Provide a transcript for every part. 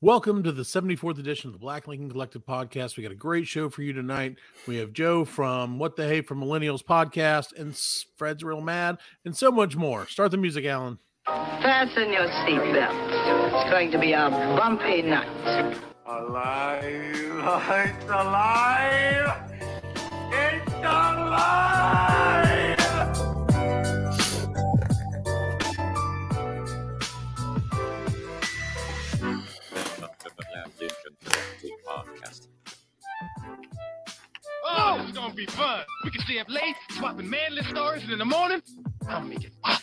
Welcome to the 74th edition of the Black Lincoln Collective podcast. We got a great show for you tonight. We have Joe from What the Hate from Millennials podcast and S- Fred's Real Mad and so much more. Start the music, Alan. Fasten your seatbelts. It's going to be a bumpy night. Alive! It's alive! It's alive! Welcome to the Lab Ninja Collective Podcast. Oh, this is gonna be fun. We can stay up late, swapping manly stories, and in the morning, I'll make it. pop.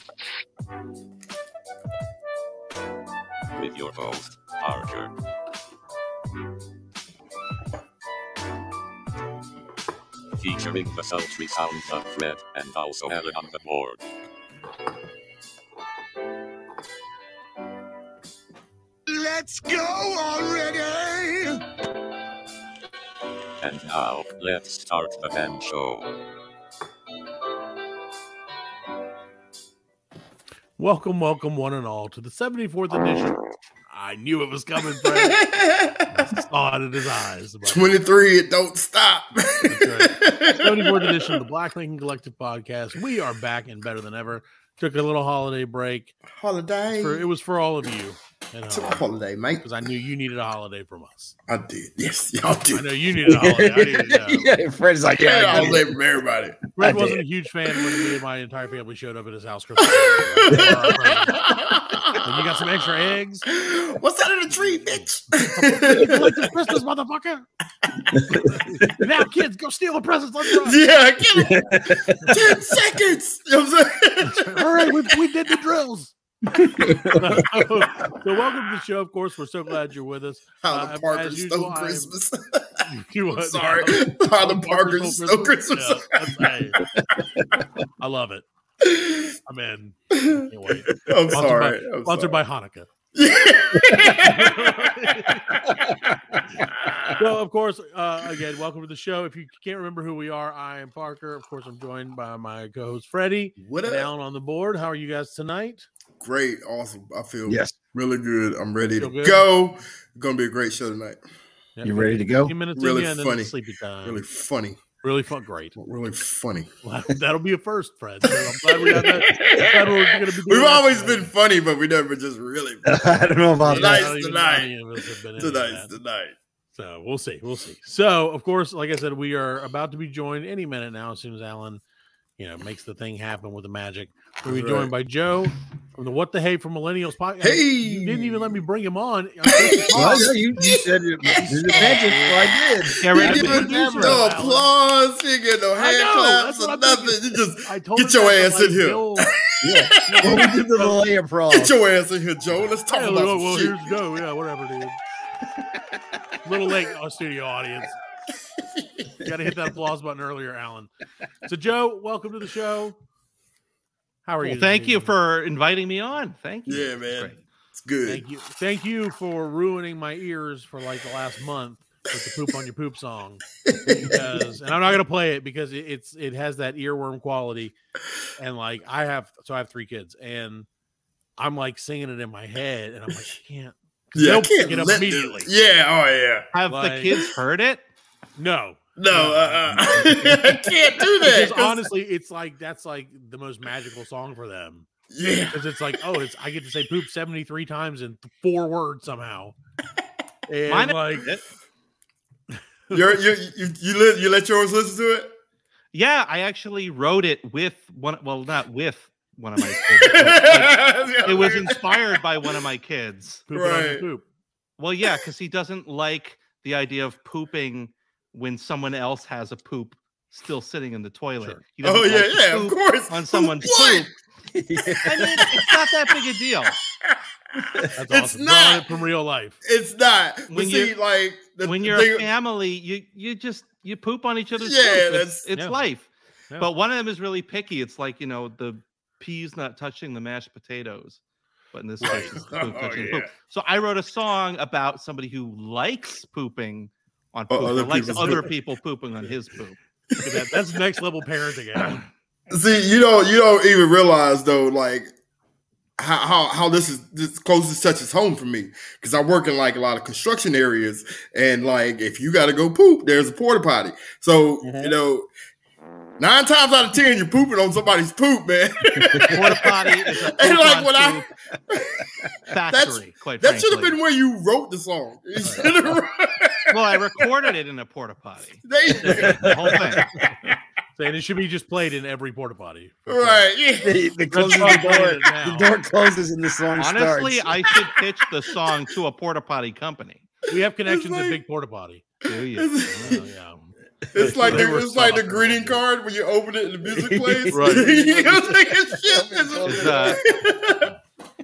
with your host, Arthur. Featuring the sultry sounds of Fred and also Alan on the board. Let's go already! And now, let's start the band show. Welcome, welcome, one and all, to the 74th edition. I knew it was coming, Fred. I saw it in his eyes. about 23, it don't stop. That's 74th edition of the Black Lincoln Collective podcast. We are back and better than ever. Took a little holiday break. Holiday. For, it was for all of you It's a holiday, mate. because I knew you needed a holiday from us. I did. Yes, y'all I know did. you needed a holiday. I needed a holiday. yeah, Fred's like, yeah, Yeah, I did. holiday from everybody. Red I wasn't a did. huge fan when me and my entire family showed up at his house. Christmas Eve. Like, you got some extra eggs? What's that in the tree, bitch? It's Christmas, motherfucker! now, kids, go steal the presents. Let's run. yeah, give me 10 seconds. You know what I'm saying? All right, we, we did the drills. so, welcome to the show. Of course, we're so glad you're with us. How Uh, the Parker as usual, stole I'm- Christmas. You I'm are- sorry. How the Parker stole Christmas. Yeah, that's- hey. I love it. I'm in. Can't wait. I'm Sponsored sorry. by- I'm Sponsored sorry. by Hanukkah. Yeah. So, of course, uh, again, welcome to the show. If you can't remember who we are, I am Parker. Of course, I'm joined by my co-host Freddie what and up? Alan on the board. How are you guys tonight? Great. Awesome. I feel Yes. really good. I'm ready Feel to good? go. Gonna be a great show tonight. Yeah, You we've ready got to go? a Few minutes Really in, yeah, and then funny. it's sleepy time. Really Really, funny. fun. Great. Really funny. Well, that'll be a first, Fred. So I'm glad we got that. glad we're gonna be doing We've that always tonight. been funny, but we never just really I don't know about Yeah, I that. don't even nice know tonight. how many of us have been into tonight's that. the night. So we'll see. We'll see. So, of course, like I said, we are about to be joined any minute now as soon as Alan, you know, makes the thing happen with the magic. We'll be joined by Joe from the What the Hey from Millennials podcast. You didn't even let me bring him on. Well, yeah, you, you said it. You did magic, so I did. Yeah, You right. I've been get no producing for a while. applause. You get no hand know, that's claps what or I'm nothing. thinking. You just I told Get him your that, I'm ass in here. Joe- Yeah. Well, we did the delay improv. get your ass in here, Joe. Let's talk Yeah, about well, some well, shit. here's Joe. Yeah, whatever, dude. Little late, our studio audience. Got to hit that applause button earlier, Alan. So, Joe, welcome to the show. How are Well, you? this thank you evening? for inviting me on. Thank you. Yeah, That's man. great. It's good. Thank you. Thank you for ruining my ears for like the last month with the poop on your poop song. Because and I'm not gonna play it because it, it's it has that earworm quality. And like I have so I have three kids and I'm like singing it in my head and I'm like, I can't Yeah, I They'll pick can't it up let this- immediately. Yeah, oh yeah. Have Like- the kids heard it? No. No, uh, uh, I can't do that. Because 'cause- honestly, it's like that's like the most magical song for them. yeah, Because it's like, oh, it's I get to say poop 73 times in four words somehow. And Mine have like heard it. You're, you you you let you let yours listen to it. Yeah, I actually wrote it with one. Well, not with one of my kids. but, like, it was inspired by one of my kids. poop it on your Right. poop. Well, yeah, because he doesn't like the idea of pooping when someone else has a poop still sitting in the toilet. Sure. He doesn't Oh yeah, like to yeah, of poop course. On someone's What? poop. I mean, it's not that big a deal. That's It's awesome. Drawing not. it from real life. It's not. But When see, you're- like the, when the you're a thing- family, you you just you poop on each other's. Yeah, poop. It's- that's- it's Yeah. life. Yeah. But one of them is really picky. It's like you know the peas not touching the mashed potatoes, but in this case, it's the poop Oh, touching the yeah. poop. So I wrote a song about somebody who likes pooping on Oh, poop, or other likes people's other poop. people pooping on his poop. Look at that. That's next level parenting. Alan. See, you don't you don't even realize though, like how how, how this is this closest touches home for me because I work in like a lot of construction areas, and like if you got to go poop, there's a porta potty. So Mm-hmm. you know, nine times out of ten, you're pooping on somebody's poop, man. Porta potty is a and poop like on when I factory. quite that should have frankly. been where you wrote the song. You should have wrote- Well, I recorded it in a porta potty. they- The whole thing. And it should be just played in every porta potty. right? Yeah. The, the, closes the, Let's try door, it now. the door closes and the song Honestly, starts. I should pitch the song to a porta potty company. We have connections like- in big porta potty. Do you? Oh, It's, yeah. it's like They the, were it's like the soft. greeting card when you open it and the music plays. Right. you know, it's like, it's shit. It's- Is that,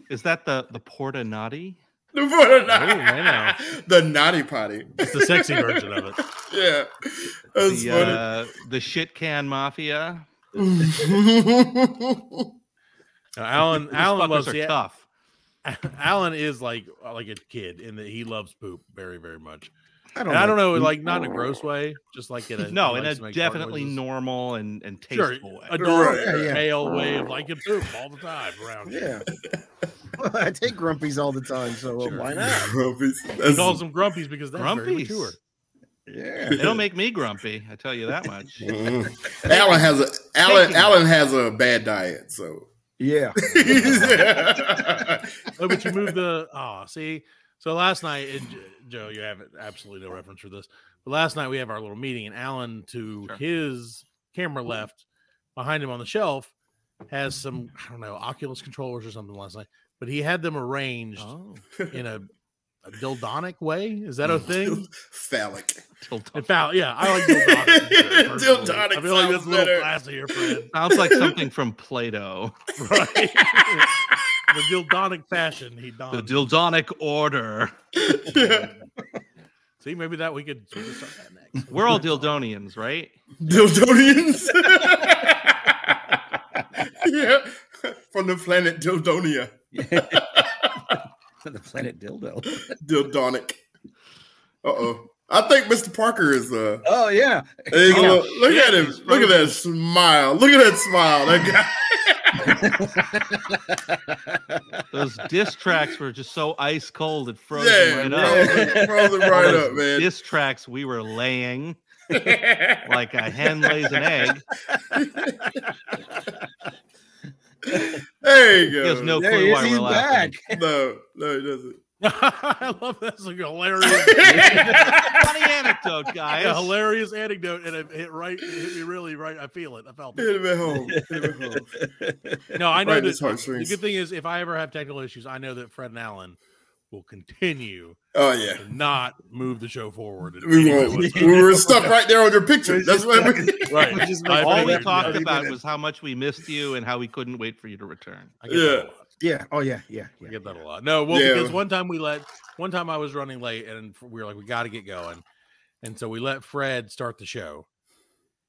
is that the the porta naughty? The porta Oh, I know. potty. The naughty potty. It's the sexy version of it. Yeah. That's The uh, the shit can mafia. funny. Now, Alan These Alan fuckers loves are the, tough. Alan is like uh, like a kid in that he loves poop very very much. Oh, I And I don't know, like not in a gross way, just like in a he No, in likes a to make fart definitely noises. normal and and sure, tasteful way. adorable Right, yeah, yeah. male way of liking poop all the time around. Here. Yeah. I take grumpies all the time, so uh, Sure. why not? Rumpus. He That's- calls them grumpies because that's very Grumpy. mature. Yeah. They don't make me grumpy. I tell you that much. Mm. Alan has a Alan Taking- Alan has a bad diet, so Yeah. Oh, but you moved the oh see. So last night, and J- Joe, you have absolutely no reference for this. But last night we have our little meeting, and Alan, to Sure. Mm-hmm. his camera left behind him on the shelf, has some I don't know Oculus controllers or something last night. But he had them arranged Oh, in a, a dildonic way. Is that a Mm. thing? phallic. till- It found, yeah, I like dildonic. personally. Dildonic I feel like that's sounds a little better. classier, friend. sounds like something from Plato. Right? the dildonic fashion he donned. The Dildonic Order. See, maybe that we could we could start that next. We're all Dildonians, right? Dildonians. yeah. From the planet Dildonia. the planet dildo. Dildonic. Uh oh. I think Mr. Parker is uh Oh yeah. he's a Oh, little- look shit, at him. he's Look at that smile. Look at that smile. That guy. Those diss tracks were just so ice cold it froze Yeah, right up. frozen, frozen All right those up, man. Diss tracks we were laying like a hen lays an egg. There you go. He has no There clue he is. why He's we're laughing. back. no, no, he doesn't. I love that's a hilarious, Funny anecdote, guys. a hilarious anecdote, and it hit right, it hit me really right. I feel it. I felt it. Hit him at home. Hit him at home. No, I know Right that in his the heartstrings. good thing is if I ever have technical issues, I know that Fred and Alan will continue Oh yeah. to not move the show forward. in any We way won't. whatsoever. We were stuck right there on your picture. That's what I mean. Right. We're just I like- All we figured, talked yeah. about was how much we missed you and how we couldn't wait for you to return. I get that a Yeah. lot. Yeah. Oh yeah. Yeah. I yeah. get that a lot. No, well, Yeah. because one time we let one time I was running late and we were like, we got to get going, and so we let Fred start the show,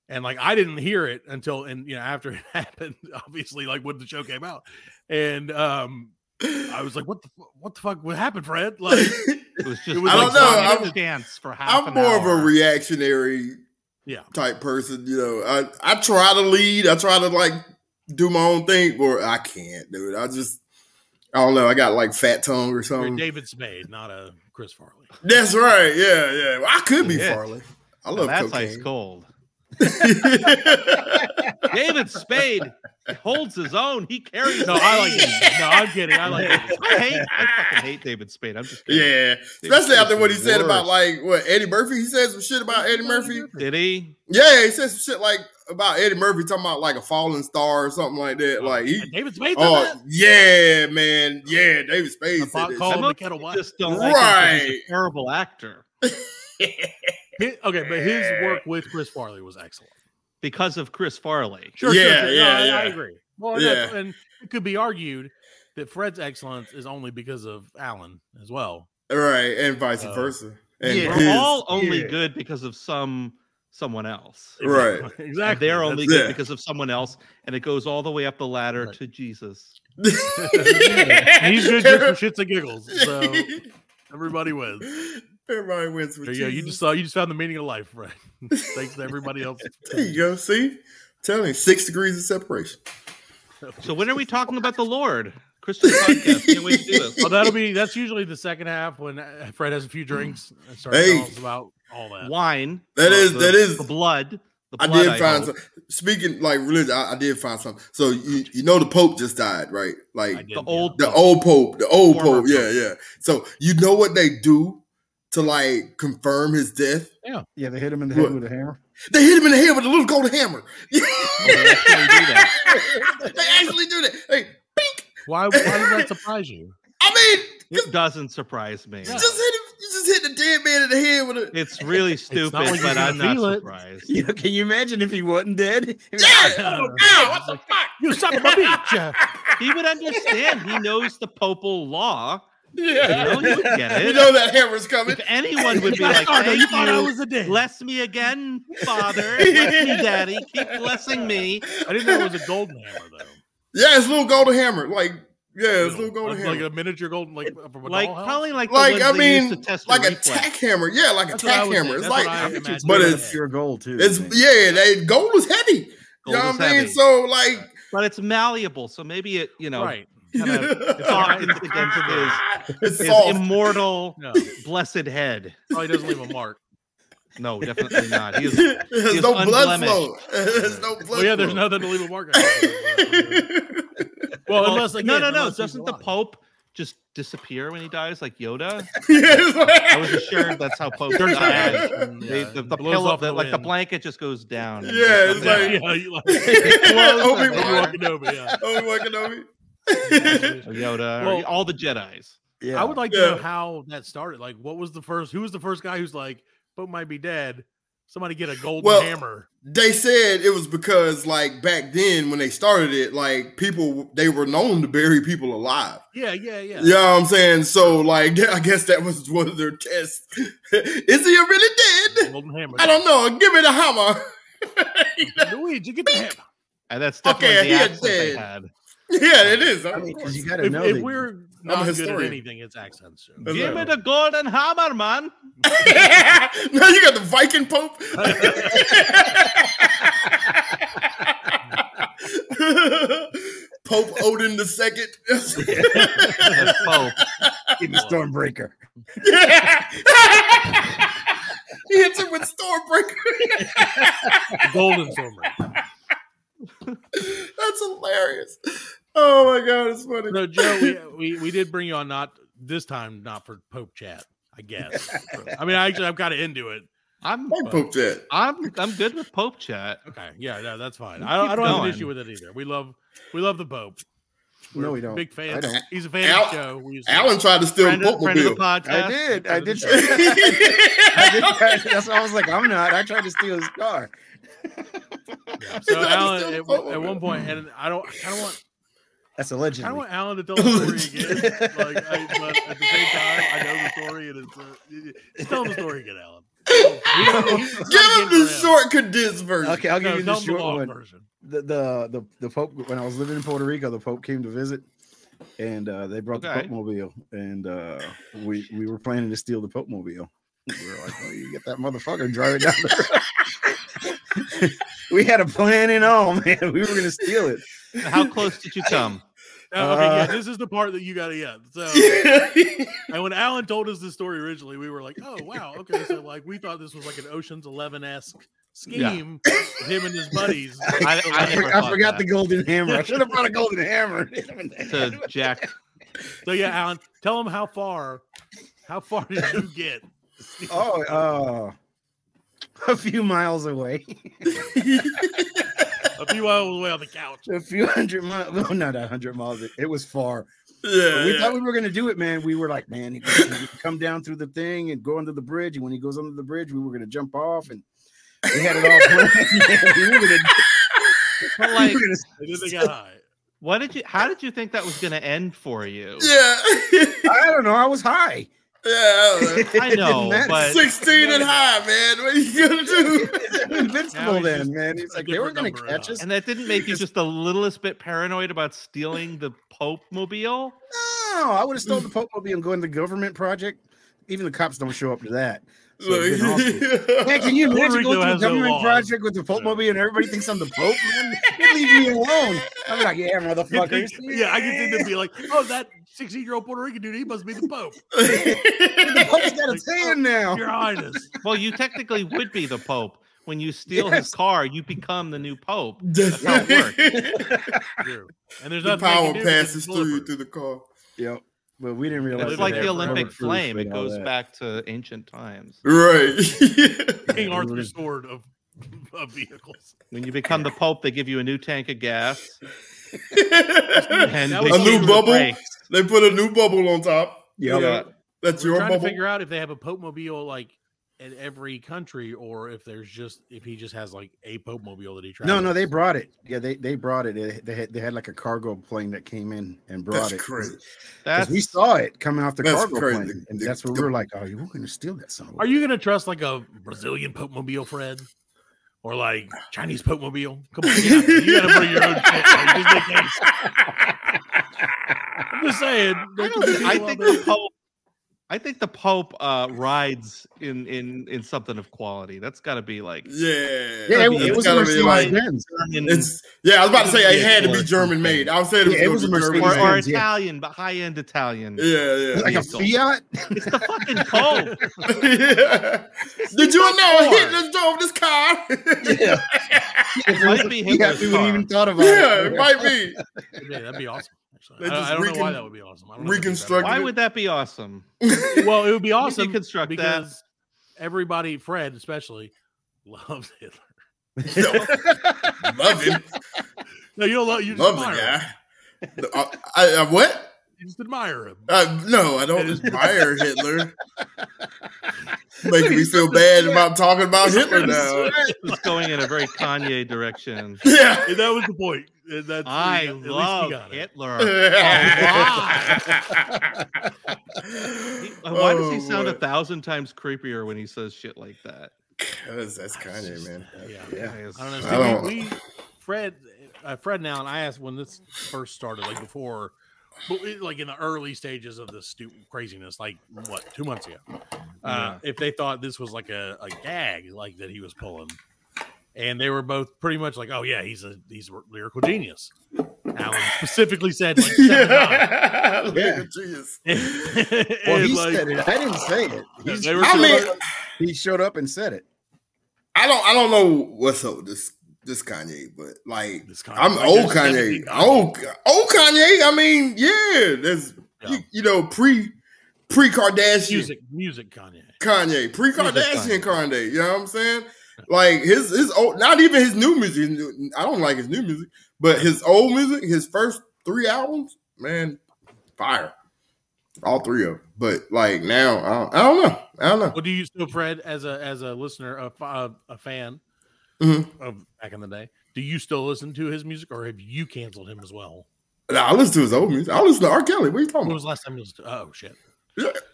and like I didn't hear it until and you know after it happened, obviously like when the show came out, and um I was like, what the fu- what the fuck would happen, Fred? Like, It was just was like- like I don't know, one I'm- chance for half I'm an more of hour. a reactionary yeah, type person. You know, I I try to lead. I try to like do my own thing, but I can't do it. I just. I don't know. I got like fat tongue or you're something. David Spade, not a Chris Farley. That's right. Yeah, yeah. Well, I could be Yeah. Farley. I Now love that's ice cocaine. cold. David Spade holds his own. He carries. No, the I like team. it. No, I'm kidding. I like it. I hate. I fucking hate David Spade. I'm just. Kidding. yeah, especially after what he said about like what Eddie Murphy. He said some shit about Eddie Murphy. Did he? Yeah, he said some shit like about Eddie Murphy talking about like a falling star or something like that. Like he, David Spade. oh yeah, man, yeah, David Spade said pot that call shit. him the kettle I black. just don't like him 'cause he's Right. a terrible actor Hi- okay, but his work with Chris Farley was excellent. because of Chris Farley. Sure, Yeah, sure, sure. yeah, no, I, I yeah. agree. Well, and that's- Yeah. and it could be argued that Fred's excellence is only because of Alan as well. right, and vice Oh. versa. And Yeah. We're his- all only Yeah. good because of some someone else. Right. Exactly. And exactly. they're only That's- That's- good Yeah. because of someone else, and it goes all the way up the ladder Right. to Jesus. and he's good just for shits and giggles. So everybody wins. Everybody wins with There you go. You Jesus. just saw. You just found the meaning of life, Fred. Thanks to everybody else. there you go. See, telling six degrees of separation. So when are we talking about the Lord? Christian podcast. Can't wait to do this. Well, that'll be that's usually the second half when uh, Fred has a few drinks and starts Hey. telling us about all that. Wine. That the- is- the- that is- the blood. The I blood did find hope. some, speaking like religion. I, I did find something. So you, you know the Pope just died, right? Like I did, the yeah. old the old Pope, the old Former Pope. Yeah, yeah. So you know what they do to like confirm his death? Yeah, they hit him in the head What? with a hammer. They hit him in the head with a little golden hammer. They actually do that. they actually do that. Hey, bink. Why, why does that surprise you? I mean, It doesn't surprise me. you just hit him. You just hit the dead man in the head with a. It's really stupid, like you but can I'm not feel it. surprised. Yeah, can you imagine if he wasn't dead? Yeah. Oh, God, what the fuck? You suck my bitch. uh. He would understand. He knows the papal law. You know, Yeah. he would get You it. know that hammer's coming. if anyone would be You like, thought- Thank you thought I you. was a dick. bless me again, Father. bless me, Daddy. Keep blessing me. I didn't know it was a golden hammer though. Yeah, it's little golden hammer. Like, yeah, it's No, little golden like, like hammer. a miniature golden, like from a Like dollhouse? probably like the Like, ones I they used mean, to test for Like a reflex. tack hammer. Yeah, like a That's what I tack would hammer. think. It's That's like, what I it's- imagine. but Yeah. it's pure gold too. I it's think. yeah, that gold was heavy. You Gold know is what I'm saying? heavy. So like, but it's malleable, so maybe it you know right. kind of softens against his, it's his soft. immortal No, blessed head. probably doesn't leave a mark. No, definitely not. He is There's is no blood unblemished. flow. There's no blood. Well, yeah, there's flow. nothing to leave a mark. on. well, unless again, no, no, no. unless he's Doesn't the alive. Pope just disappear when he dies, like Yoda? I was yeah, assured that's how Pope Turns out dies. it is. They, Yeah, the it the blows pillow, off the, like the wind. blanket, just goes down. and Yeah, there's it's nothing. like- Yeah, you like Blows Obi up Wan. everywhere. walking over. Yeah. Obi Wan Or "Oh, Yoda, Well- or all the Jedi's. yeah. I would like to know Yeah. how that started. Like, what was the first? Who was the first guy who's like, "But might be dead." Somebody get a golden Well, hammer. They said it was because like back then when they started it, like people they were known to bury people alive. Yeah, yeah, yeah. You know what I'm saying? So like I guess that was one of their tests. Is he really dead? Golden hammer. I don't know. Give me the hammer. You know? Luigi, get the hammer. And Uh, that's definitely Okay, the he accent they did. had. yeah, it is. I Of mean, 'cause course. you got to If, know. if that- we're not good at historian. anything, it's accents. so. That's Give me right. the golden hammer, man. now you got the Viking Pope. Pope Odin the second. That's Pope. Give me Stormbreaker. yeah. he hits him with Stormbreaker. The golden hammer. That's hilarious. Oh my god, it's funny. No, Joe, we, we we did bring you on not this time, not for Pope Chat. I guess. I mean, I actually, I'm kind of into it. I'm, Fuck Pope Jet. I'm, I'm good with Pope chat. Okay, yeah, no, that's fine. I don't, I Keep don't have an going. issue with it either. We love, we love the Pope. No, we don't. Big I fan. don't. He's a fan Al- of the show. We used to- Alan tried to steal Friend of, friend of the Popemobile. podcast. I did. I did. Friend try- I did try- That's why I was like, I'm not. I tried to steal his car. So He's not Alan, still at, the Pope. at one point, and I don't, I kind of want, That's I don't allegedly. want Alan to tell the story again. Like, I, but at the same time, I know the story, and it's uh, just tell him the story again, Alan. Give him the short condensed version. Okay, I'll give No, tell him you the the short long one. version. the the the the Pope when I was living in Puerto Rico, the Pope came to visit, and uh, they brought the Okay. Pope mobile, and uh, we we were planning to steal the Pope mobile. We were like, well, you get that motherfucker and drive it down. The road." we had a plan and all, man. We were gonna steal it. How close did you come? Uh, okay, yeah, Uh, this is the part that you got to get. So, and when Alan told us this story originally, we were like, "Oh wow, okay." So, like, we thought this was like an Ocean's Eleven esque scheme with him and his buddies. I, I, I, never for- I thought forgot the that. golden hammer. I should have brought a golden hammer. to Jack. So, yeah, Alan, tell him how far, how far did you get? oh, uh, a few miles away, A few miles away on the couch. a few hundred miles. Well, not a hundred miles. It, it was far. Yeah, we yeah. thought we were gonna do it, man. We were like, man, he can come down through the thing and go under the bridge. And when he goes under the bridge, we were gonna jump off, and we had it all planned. we were gonna, But like, we were gonna- And then they got high. what did you? How did you think that was going to end for you? Yeah. I don't know. I was high. Uh, yeah. It didn't know, matter. but- 16 and high, man. What are you going to do? It's Now invincible he's then, just man. It's a like they were different gonna number catch now. us. And that didn't make you just the littlest bit paranoid about stealing the Pope mobile? No, I would have stolen the Pope mobile and go in the government project. even the cops don't show up to that. So it's been awful. Man, Look. can you Puerto imagine Rico going to a has no government laws. project with the Pope movie and everybody thinks I'm the Pope? Man, they leave me alone. I'm like, yeah, I motherfuckers. could think- yeah, I can think they'd be like, oh, that 16 year old Puerto Rican dude, he must be the Pope, the Pope's got a Like, tan now. Your Highness. Well, you technically would be the Pope. When you steal Yes. his car, you become the new Pope. That's how it True. And there's The nothing they can power do because passes it's through you bulletproof. through the car. Yep. But we didn't realize It's live like there the forever. Olympic Proof flame. It and all goes that. back to ancient times. Right. King Arthur's Yeah, literally. sword of, of vehicles. When you become the Pope, they give you a new tank of gas and That they was give a you new the bubble? brakes. they put a new bubble on top. Yep. Yeah. That's We're your trying to bubble. figure out if they have a Pope mobile like in every country, or if there's just if he just has like a Pope mobile that he travels. No, no, they brought it. Yeah, they, they brought it. They, they had, they had like a cargo plane that came in and brought That's it. crazy. That's Because we saw it coming off the That's cargo crazy. plane. And The- that's where the- we were like, oh, you were going to steal that son of a- Are you gonna trust like a Brazilian Pope mobile, Fred, or like Chinese Pope mobile? Come on, get out there. you gotta bring your own shit. Like, just in case. I'm just saying. there I, could don't be think, I people out think there- the Pope. I think the Pope uh, rides in in in something of quality. That's got to be like Yeah. Yeah, it, It's it was a gotta be Mercedes like- Benz. German It's yeah. I was about to say it had to be Yeah. German made. I was saying it was, Yeah, it gonna was a be German or, Mercedes. made. or Benz, yeah. Italian, but high end Italian. Yeah, Like a Diesel. Fiat? It's the fucking Pope. yeah. Did you know Hitler drove this car? Yeah. It might be Yeah, Hitler's we car. wouldn't even thought about yeah, it. it might be. Yeah, that'd be awesome. Actually, They I, just I don't know why recon- that would be awesome. I don't know if it's that reconstruct awesome. Why would that be awesome? Well, it would be Awesome. awesome Deconstruct that. because everybody, Fred especially, loves Hitler. Love him. No, you don't love. You just Love the admire him. guy. I, I, I- what? You just admire him. Uh, no, I don't It is- admire Hitler. Making me feel bad about talking about Hitler now. It's going in a very Kanye direction. Yeah. And that was the point. And that's I at least we love got it. Hitler. Why? He- uh, Why Oh, does he sound a thousand times creepier when he says shit like that? Because that's Kanye, man. Yeah. Yeah. Guys, I don't know. I See, don't- We, we Fred, uh, Fred now, and I asked when this first started, like before, but we- like in the early stages of this stu- craziness, like what two months ago, uh, Yeah. if they thought this was like a, a gag, like that he was pulling, and they were both pretty much like, oh yeah, he's a he's a lyrical genius. Alan specifically said, like, seven times. Yeah. Yeah. Genius. Well, And, he like, said it. I didn't say it. He, they were I pretty mean, much- he showed up and said it. I don't, I don't know what's up with this, this Kanye, but like, This Kanye- I'm like, old there's seventy Kanye. Old, old Kanye. I mean, yeah, there's Yeah. You, you know pre pre Kardashian music, music, Kanye. Kanye, pre Kardashian Music Kanye. You know what I'm saying? Like his his old, not even his new music. his new- I don't like his new music, but his old music, his first three albums, man, fire. All three of them. But like now, I don't, I don't know. I don't know. Well, do you so, Fred, as a as a listener, a, fa- a, a fan Mhm. of back in the day, do you still listen to his music, or have you canceled him as well? Nah, I listen to his old music. I listen to R. Kelly. What are you When talking was the about? last time you listened? To, oh shit!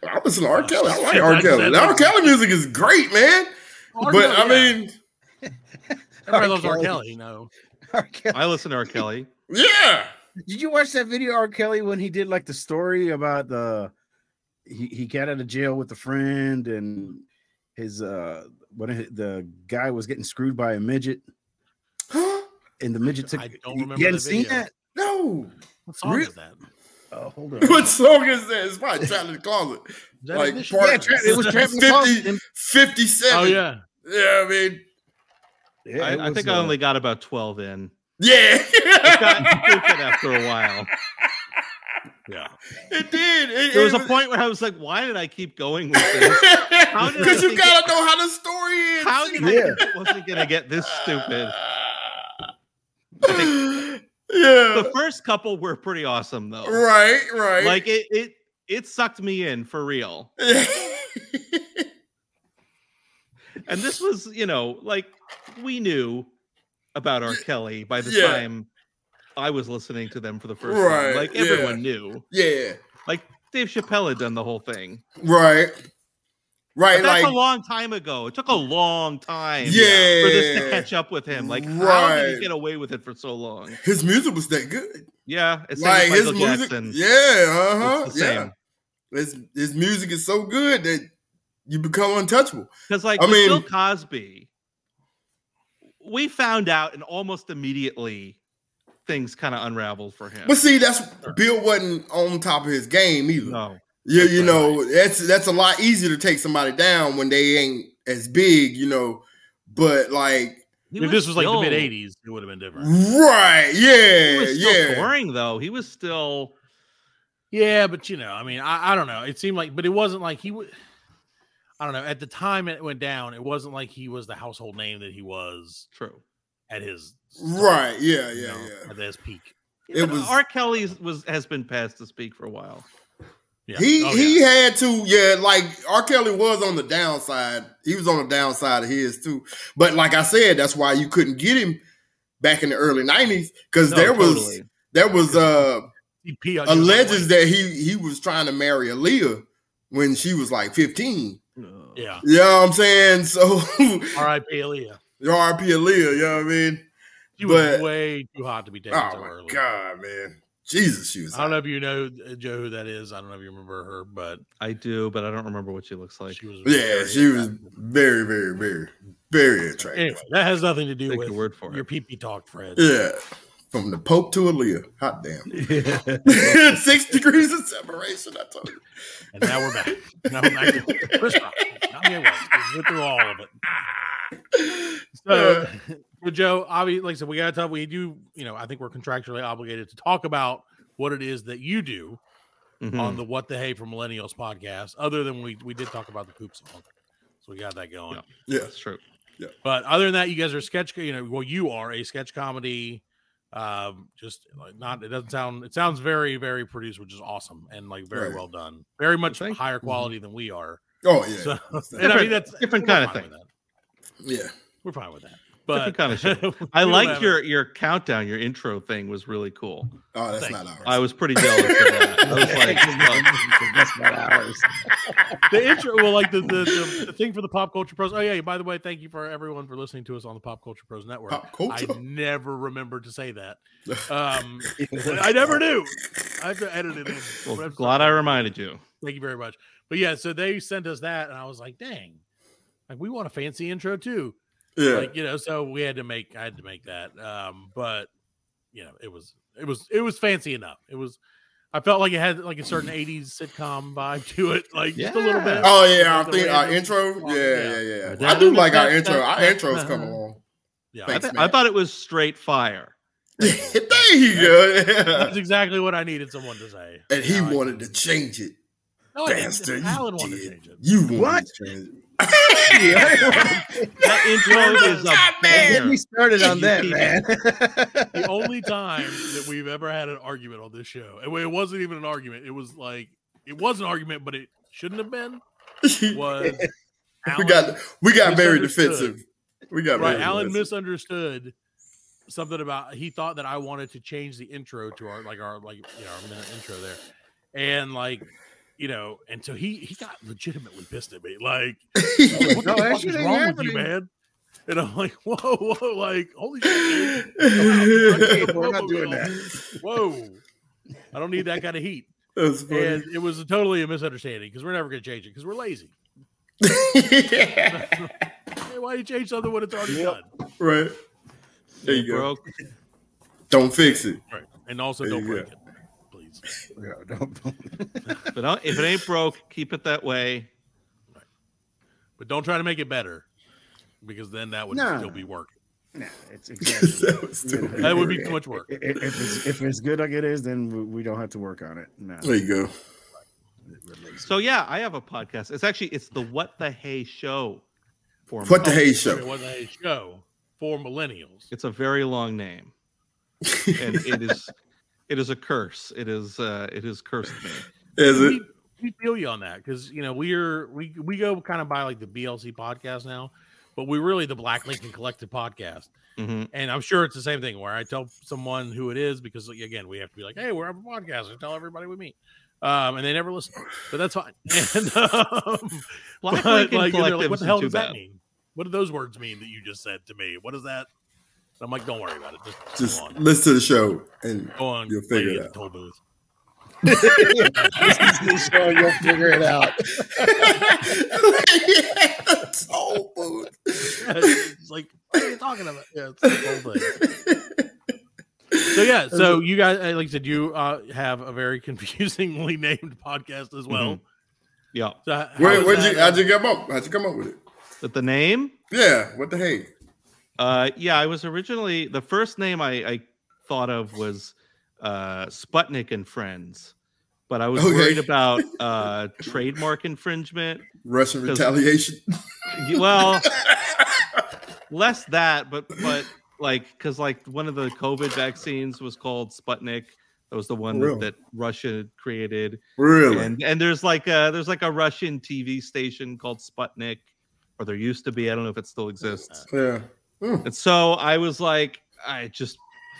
I listen to R. Kelly. I like Oh, Shit, R. I Kelly. said The R. that. Kelly music is great, man. R. But Kelly, I yeah. mean, everybody loves R. Kelly. No, R. Kelly. I listen to R. Kelly. yeah. Did you watch that video, R. Kelly, when he did like the story about the he, he got out of jail with a friend and his uh when hi- the guy was getting screwed by a midget and the midget took I don't you- remember you hadn't that seen video. that? no. what song Re- is that? Is Oh, hold on. What song is that? It's probably Trapped in the Closet. that Like, Ignition? part- yeah, Tra- it was Travis 50 57. Oh yeah, Yeah, I mean, I, I think I uh, only uh, got about twelve in. yeah. It got stupid after a while. yeah. it did. It, There was a it point where I was like, "Why did I keep going with this? How did I Because you think gotta know how the story is. How did I think it wasn't gonna get this stupid?" yeah. The first couple were pretty awesome though. Right, right. Like it, it, it sucked me in for real. And this was, you know, like we knew about R. Kelly by the Yeah. time I was listening to them for the first Right, time. Like yeah. everyone knew. yeah. Like Dave Chappelle had done the whole thing. Right. Right. But that's Like, a long time ago. It took a long time yeah. for this to catch up with him. Like, how did Right. he get away with it for so long? his music was that good. Yeah, it's Like like his Michael music. Jackson. Yeah. Uh huh. It's the Yeah. same. His his music is so good that you become untouchable. Because like I with Bill mean- Cosby, we found out and almost immediately things kind of unraveled for him. But see, that's Bill wasn't on top of his game either. no, You, That's you right. know, that's that's a lot easier to take somebody down when they ain't as big, you know. But like, He If this was like the still- mid '80s, it would have been different. right, he yeah, was still yeah. touring though. He was still Yeah, but you know, I mean, I, I don't know. It seemed like, but it wasn't like he would. I don't know. At the time it went down, it wasn't like he was the household name that he was true. at his start, Right, yeah, you yeah, know, yeah. At his peak, It But was- R. Kelly was has been past the speak for a while. yeah. He Oh, he yeah. had to, yeah. Like R. Kelly was on the downside. He was on the downside of his too. But like I said, that's why you couldn't get him back in the early nineties because No, there was totally. there was uh He'd pee on you. alleges that he he was trying to marry Aaliyah when she was like fifteen. yeah. You know what I'm saying? So R.I.P. Aaliyah. R.I.P. Aaliyah. You know what I mean? She was But- way too hot to be taken Oh so my early. god, man, Jesus, she was. I don't know if you know uh, Joe who that is. I don't know if you remember her, but I do, but I don't remember what she looks like. she was. Yeah, very she was attractive. very, very, very, very attractive. Anyway, that has nothing to do Take with your word for your it. pee talk, Fred. Yeah. From the Pope to Aaliyah. Hot damn. Six degrees of separation, I told you. And now we're back. Now we're back to Chris Rock. Not me, it was. We went through all of it. So, so Joe, obviously, like I said, we got to talk. We do, you know, I think we're contractually obligated to talk about what it is that you do Mhm. on the What the Hey for Millennials podcast, other than we, we did talk about the poop song. So we got that going. Yeah. Yeah. That's true. But other than that, you guys are sketch, you know, well, you are a sketch comedy. Um, just like not, it doesn't sound, it sounds very, very produced, which is awesome and like very Right. well done. Very much Thank you. Mm-hmm. higher quality than we are. Oh yeah. So, and Understand. I mean, Different- that's different we're kinda fine thing. with that. yeah. We're fine with that. But Different kinda we I don't like have your your countdown, your intro thing was really cool. Oh, that's Thank not I ours. was pretty jealous of that. I was like, look, that's not ours. the intro. Well, like the, the, the, the thing for the Pop Culture Pros. Oh yeah. By the way, thank you for everyone for listening to us on the Pop Culture Pros Network. Pop culture. I never remembered to say that. Um, I never knew. I have to edit it. in. But well, I'm glad sorry. I reminded you. Thank you very much. But yeah, so they sent us that, and I was like, dang, like we want a fancy intro too. Yeah. Like you know, so we had to make. I had to make that. Um, but you know, it was it was it was fancy enough. It was. I felt like it had like a certain '80s sitcom vibe to it, like just a little bit. Yeah. oh yeah, I The think our random- intro. Yeah, yeah, yeah. I Yeah. do like our intro. Our intros come Uh-huh. along. Yeah, I, Thanks, th- I man. thought it was straight fire. Thank you. Yeah. That's exactly what I needed someone to say. And he Now I- wanted to change it. no, I didn't. Bastard. Alan You, wanted to did. change it. you wanted What? to change it. That intro is a Get banger. me started on You that, keep- man. The only time that we've ever had an argument on this show, and it wasn't even an argument. It was like it was an argument, but it shouldn't have been. Was we Alan- got we got very Misunderstood. defensive. We got right? very Alan defensive. misunderstood something about he thought that I wanted to change the intro to our like our like you know our minute intro there, and like you know, and so he he got legitimately pissed at me, like what the No, that fuck shit is ain't wrong with you, happening. man? And I'm like, whoa, whoa, like, holy shit. Okay, dude. we're not doing that. Whoa. I don't need that kind of heat. That's funny. And it was totally a misunderstanding because we're never going to change it because we're lazy. Hey, why you change something when it's already done? Right. There you go. Broke. Don't fix it. Right. And also, There don't you break go. it, please. No, don't- don't. But don't- if it ain't broke, keep it that way. But don't try to make it better because then that would Nah. still be work. Nah, it's exactly. That was stupid. That would be too much work. If if it's, if it's good like it is, then we- we don't have to work on it. No. There you go. So yeah, I have a podcast. It's actually it's the What the Hey Show format. What the Hey It Show. was a show for millennials. It's a very long name, and it is it is a curse. It is uh, it has cursed me. Is it? we, we feel you on that because you know we're we we go kind of by like the BLC podcast now, but we're really the Black Lincoln Collective podcast, Mhm. and I'm sure it's the same thing where I tell someone who it is because like, again we have to be like, hey, we're on a podcast, and tell everybody we meet, um, and they never listen, but that's fine. And, um, but, like, Black Lincoln they're like, Collective's what the isn't hell too does that bad. mean? What do those words mean that you just said to me? What is that? And I'm like, don't worry about it. Just, just Just go on. listen to the show and Go on. you'll play figure me it at the toll out. booth. Sean, you'll figure it out. yeah, soul food. it's like, what are you talking about? Yeah, it's the whole thing. So yeah, so you guys, uh, like I said, you uh, have a very confusingly named podcast as well. Yeah. So how Mm-hmm. Where, is where'd you? that- How'd you come up? How'd you come up with it? But the name? Yeah. What the hey? Uh, yeah, I was originally the first name I, I thought of was uh, Sputnik and Friends, but I was Okay. worried about uh, trademark infringement. Russian Because- retaliation. Y- Well, less that, but but like because like one of the COVID vaccines was called Sputnik. That was the one Really? that, that Russia created, Really? and and there's like a there's like a Russian TV station called Sputnik, or there used to be. I don't know if it still exists. yeah. Hmm. And so I was like, I just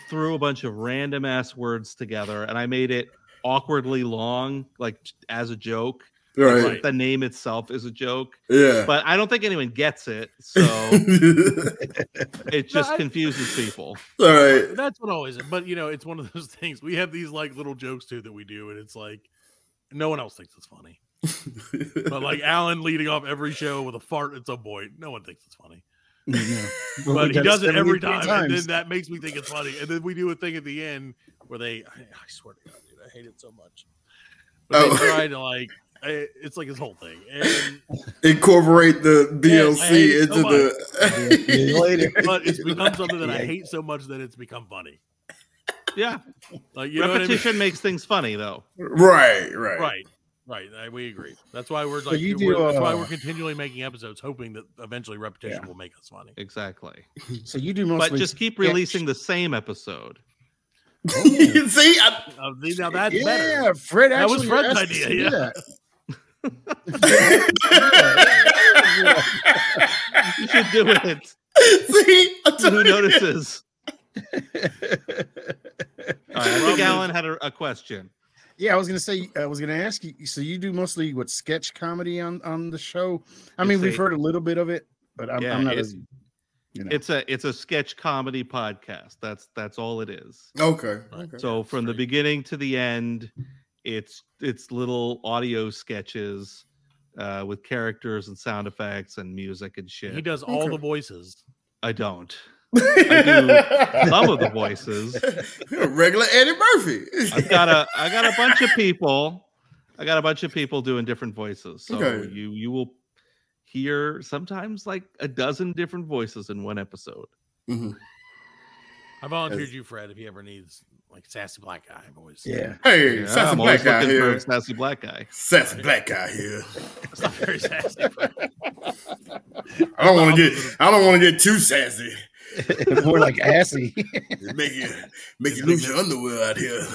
threw a bunch of random ass words together and I made it awkwardly long, like as a joke. Right. Like, the name itself is a joke, Yeah. but I don't think anyone gets it. So it just I- confuses people. All right. That's what always. But you know, it's one of those things. We have these like little jokes too that we do, and it's like no one else thinks it's funny. But like Alan leading off every show with a fart at some point, no one thinks it's funny. Well, But he we got does it every 73 time, and then times. that makes me think it's funny. And then we do a thing at the end where they, I, I swear to God, dude, I hate it so much. But Oh. they try to like, I- it's like his whole thing. And, Incorporate the Yes, I hate DLC it so into See you the. later. but it's become something that I hate so much that it's become funny. Yeah. Like you know what I mean? Repetition makes things funny though. right. Right. right right I, we agree that's why we're So like you we're- do, that's why uh, we're continually making episodes hoping that eventually repetition Yeah. will make us funny Exactly. So you do mostly But just keep releasing the same episode. See, I, Uh, see, now that's yeah, better Fred. That was actually Fred's asked us to idea, do yeah. that. You should do it. see, I told Who you. notices? All right, I think Problem is- Alan had a, a question. yeah, I was gonna say, I was gonna ask you. So you do mostly what sketch comedy on on the show? I mean, It's we've a- heard a little bit of it, but I'm, Yeah, I'm not it's- as you know. It's a it's a sketch comedy podcast. That's that's all it is. Okay. okay. So from the beginning to the end, it's it's little audio sketches uh, with characters and sound effects and music and he shit. does all Okay. the voices I don't. You're Some of the voices. a regular Eddie Murphy. I've got a I got a bunch of people. I got a bunch of people doing different voices. So Okay. you you will hear sometimes like a dozen different voices in one episode. Mhm. I volunteered you Fred if he ever needs like sassy black guy I'm always yeah, Hey, Yeah, sassy I'm black always guy looking for here. a sassy black guy. Sassy black guy here. it's not very sassy Fred. I don't want to get. I don't want to get too sassy. more like assy. Make you make you lose your underwear out here.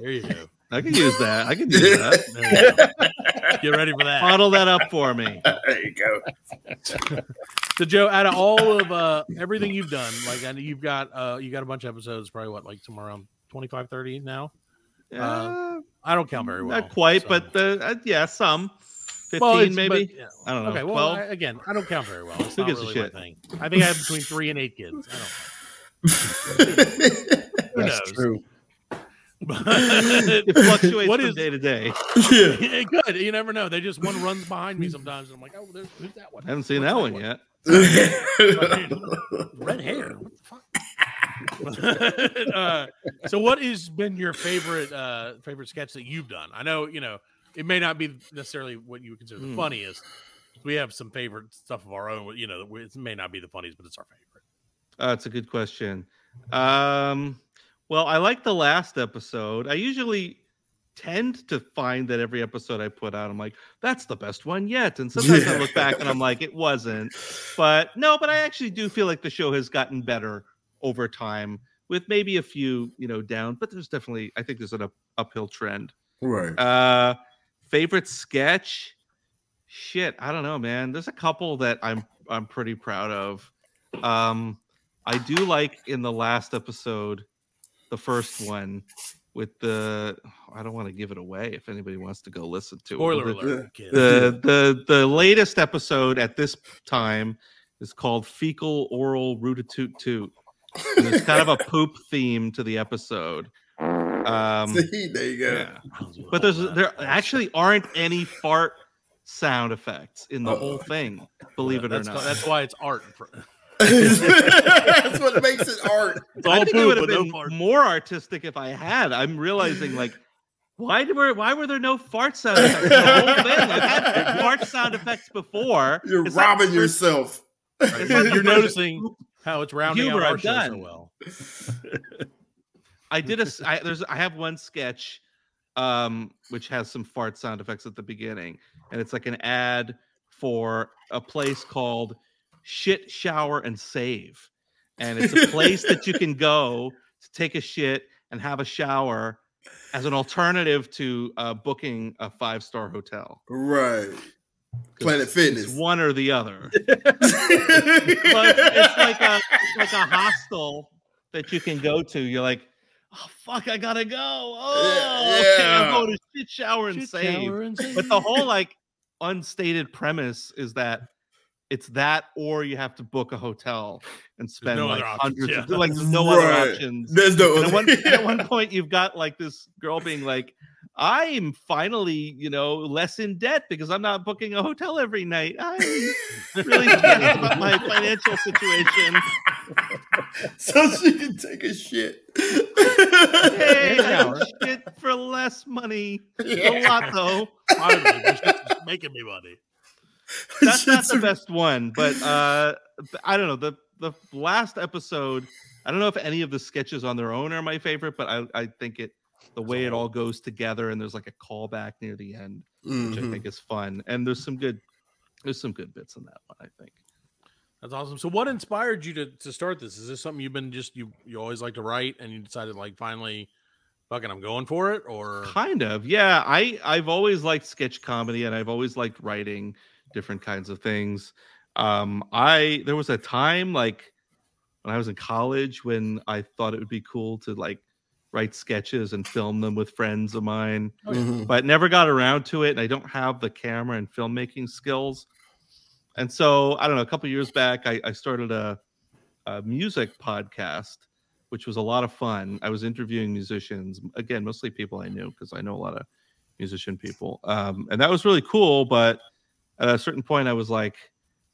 there you go I can use that. I can use that. There you go. get ready for that Bottle that up for me. there you go. so Joe out of all of uh everything you've done like I know you've got uh you got a bunch of episodes probably what like somewhere around 25 30 now Uh, I don't count very well not quite, so- but the, uh, yeah, some. 15 Well, it's- maybe. but, yeah. I don't know. Okay, well, 12. I, again, I don't count very well. It's Who not gives a really my shit? thing. I think I have between three and eight kids. I don't. Who That's true. knows? it fluctuates What from is- day to day. yeah. it could. You never know. They just one runs behind me sometimes, and I'm like, oh, there's, who's that one? I haven't seen What's that one yet. Red hair. What the fuck? uh, so, what has been your favorite uh, favorite sketch that you've done? I know you know it may not be necessarily what you would consider the Hmm. funniest. We have some favorite stuff of our own. You know, that we- it may not be the funniest, but it's our favorite. Uh, that's a good question. Um, well, I like the last episode. I usually tend to find that every episode I put out, I'm like, that's the best one yet. And sometimes I look back and I'm like, it wasn't. But no, but I actually do feel like the show has gotten better over time with maybe a few, you know, down, but there's definitely, I think there's an up, uphill trend. Right. Uh, favorite sketch? Shit, I don't know, man. There's a couple that I'm I'm pretty proud of. Um, I do like in the last episode, the first one with the I don't want to give it away if anybody wants to go listen to Spoiler it. The- alert, kids. The, the the latest episode at this time is called Fecal Oral Rootatootoot. And There's kind of a poop theme to the episode. Um, See, there you go. yeah. But there's there actually aren't any fart sound effects in the Uh-oh. whole thing, believe it or Oh. that's, not. that's why it's art. That's what makes it art. It's I all think it would poop, have but no been fart. more artistic if I had. I'm realizing like why were why were there no fart sound effects? in The whole thing. I've had fart sound effects before. You're It's not robbing the first- yourself. it's not the You're first- noticing how it's rounding Humor out our I've show so done. well. I did a s- I, there's I have one sketch um which has some fart sound effects at the beginning and it's like an ad for a place called shit shower and save and it's a place that you can go to take a shit and have a shower as an alternative to uh, booking a five star hotel Right. 'Cause Planet it's Fitness. one or the other but it's like like a it's like a hostel that you can go to. You're like, oh fuck, I gotta go. Oh, okay, yeah. I'm going to shit shower and Shit, save. shower, and But the whole like unstated premise is that it's that, or you have to book a hotel and spend no like other options, hundreds, of, yeah. like no Right. other options. There's no And at, other- one, and at one point, you've got like this girl being like, I'm finally, you know, less in debt because I'm not booking a hotel every night. I'm really serious about my financial situation. so she can take a shit. Hey, I can shit for less money. The Yeah. lotto. Finally, this shit's making me money. That's not Shit's the best one, but uh th- I don't know. The the last episode, I don't know if any of the sketches on their own are my favorite, but I, I think it the way it all goes together and there's like a callback near the end. which I Mhm. think is fun. And there's some good there's some good bits in that one, I think. That's awesome. So, what inspired you to, to start this? Is this something you've been just you you always like to write, and you decided like finally, fucking, I'm going for it? Or Kind of. Yeah, I I've always liked sketch comedy and I've always liked writing different kinds of things. Um I there was a time like when I was in college when I thought it would be cool to like write sketches and film them with friends of mine. Mhm. but never got around to it. And I don't have the camera and filmmaking skills. And so I don't know. A couple years back, I, I started a, a music podcast, which was a lot of fun. I was interviewing musicians again, mostly people I knew because I know a lot of musician people, um, and that was really cool. But at a certain point, I was like,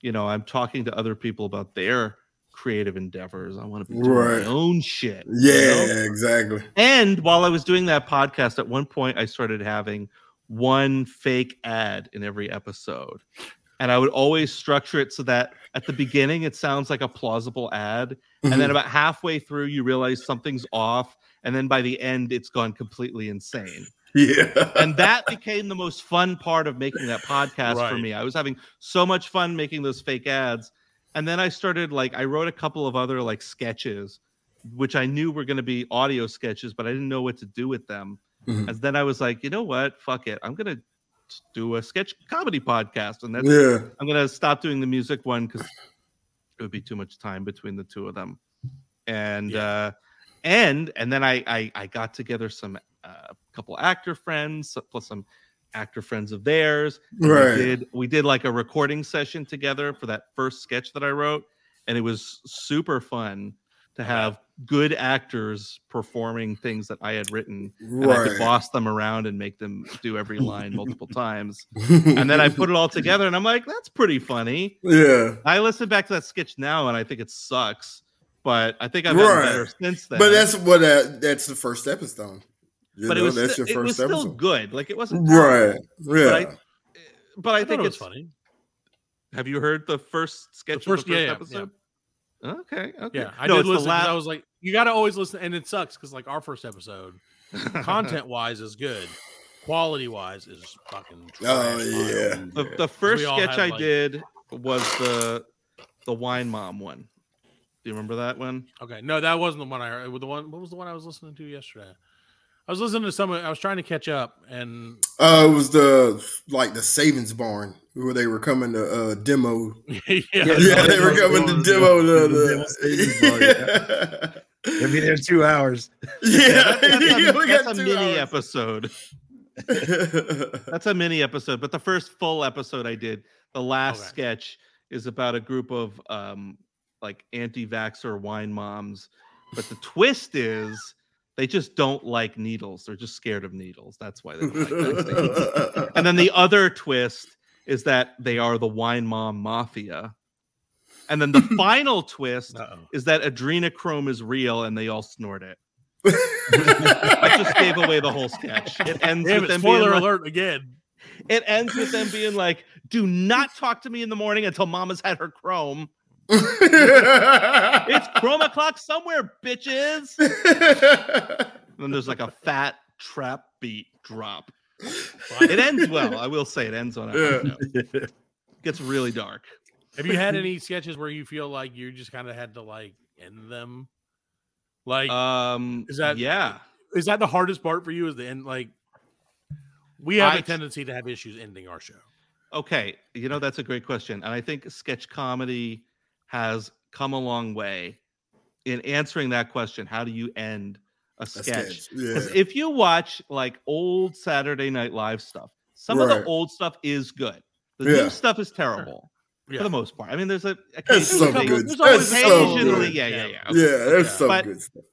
you know, I'm talking to other people about their creative endeavors. I want to be doing Right. my own shit. you know? Yeah, exactly. And while I was doing that podcast, at one point I started having one fake ad in every episode. And I would always structure it so that at the beginning it sounds like a plausible ad. And Mm-hmm. then about halfway through, you realize something's off. And then by the end, it's gone completely insane. Yeah. And that became the most fun part of making that podcast for Right. me. I was having so much fun making those fake ads. And then I started like I wrote a couple of other like sketches, which I knew were going to be audio sketches, but I didn't know what to do with them. Mhm. And then I was like, you know what? Fuck it. I'm gonna do a sketch comedy podcast, and that's yeah. I'm gonna stop doing the music one because it would be too much time between the two of them. And Yeah. uh, and and then I I, I got together some a couple actor friends plus some actor friends of theirs. and Right. We did we did like a recording session together for that first sketch that I wrote, and it was super fun to have good actors performing things that I had written. And I could Right. boss them around and make them do every line multiple times. And then I put it all together and I'm like, that's pretty funny. Yeah. I listen back to that sketch now and I think it sucks, but I think I've gotten Right. better since then. But that's what uh, that's the first episode. You but know, it was that's sti- your it was first still episode. good. Like it wasn't Right. terrible. Yeah. But I, but I, I, think think it's it's funny. Have you heard the first sketch first- of the first yeah, yeah, episode? Okay. Okay. Yeah, I No, did it's the listen. 'cause la- I was like, you got to always listen, and it sucks because like our first episode, content wise is good, quality wise is fucking. oh trash pile. yeah. The, the first We all sketch had, I like- did was the the wine mom one. Do you remember that one? Okay, no, that wasn't the one I heard. It was The one, what was the one I was listening to yesterday? I was listening to someone. I was trying to catch up, and Uh, it was the like the savings barn where they were coming to uh, demo. yeah, Yeah, they were Savings coming barn. to demo the, The the demo savings barn, They'll be there two hours. yeah. That's, that's yeah, a, we that's got a two mini hours. episode. That's a mini episode, but the first full episode I did, the last Okay. sketch is about a group of um like anti-vaxxer wine moms. But the twist is They just don't like needles. They're just scared of needles. That's why they don't like that thing. And then the other twist is that they are the wine mom mafia. And then the final twist Uh-oh. is that adrenochrome is real and they all snort it. I just gave away the whole sketch. It ends Damn with it, them being spoiler like- alert again. it ends with them being like, "Do not talk to me in the morning until Mama's had her chrome. It's chrome o'clock somewhere, bitches." And then there's like a fat trap beat drop. It ends well. I will say it ends on a high Yeah. note. Gets really dark. Have you had any sketches where you feel like you just kind of had to like end them? Like, Um, Is that- yeah? is that the hardest part for you? Is the end like we have a I- tendency to have issues ending our show? Okay, you know that's a great question, and I think sketch comedy has come a long way in answering that question. How do you end a A sketch? Yeah. Because if you watch like old Saturday Night Live stuff, some of Right. the old stuff is good. The Yeah. new stuff is terrible for Yeah. the most part. I mean, there's a That's so occasionally- good. there's That's always so occasionally, good. yeah, yeah, yeah. Yeah, there's Yeah. some But- good stuff.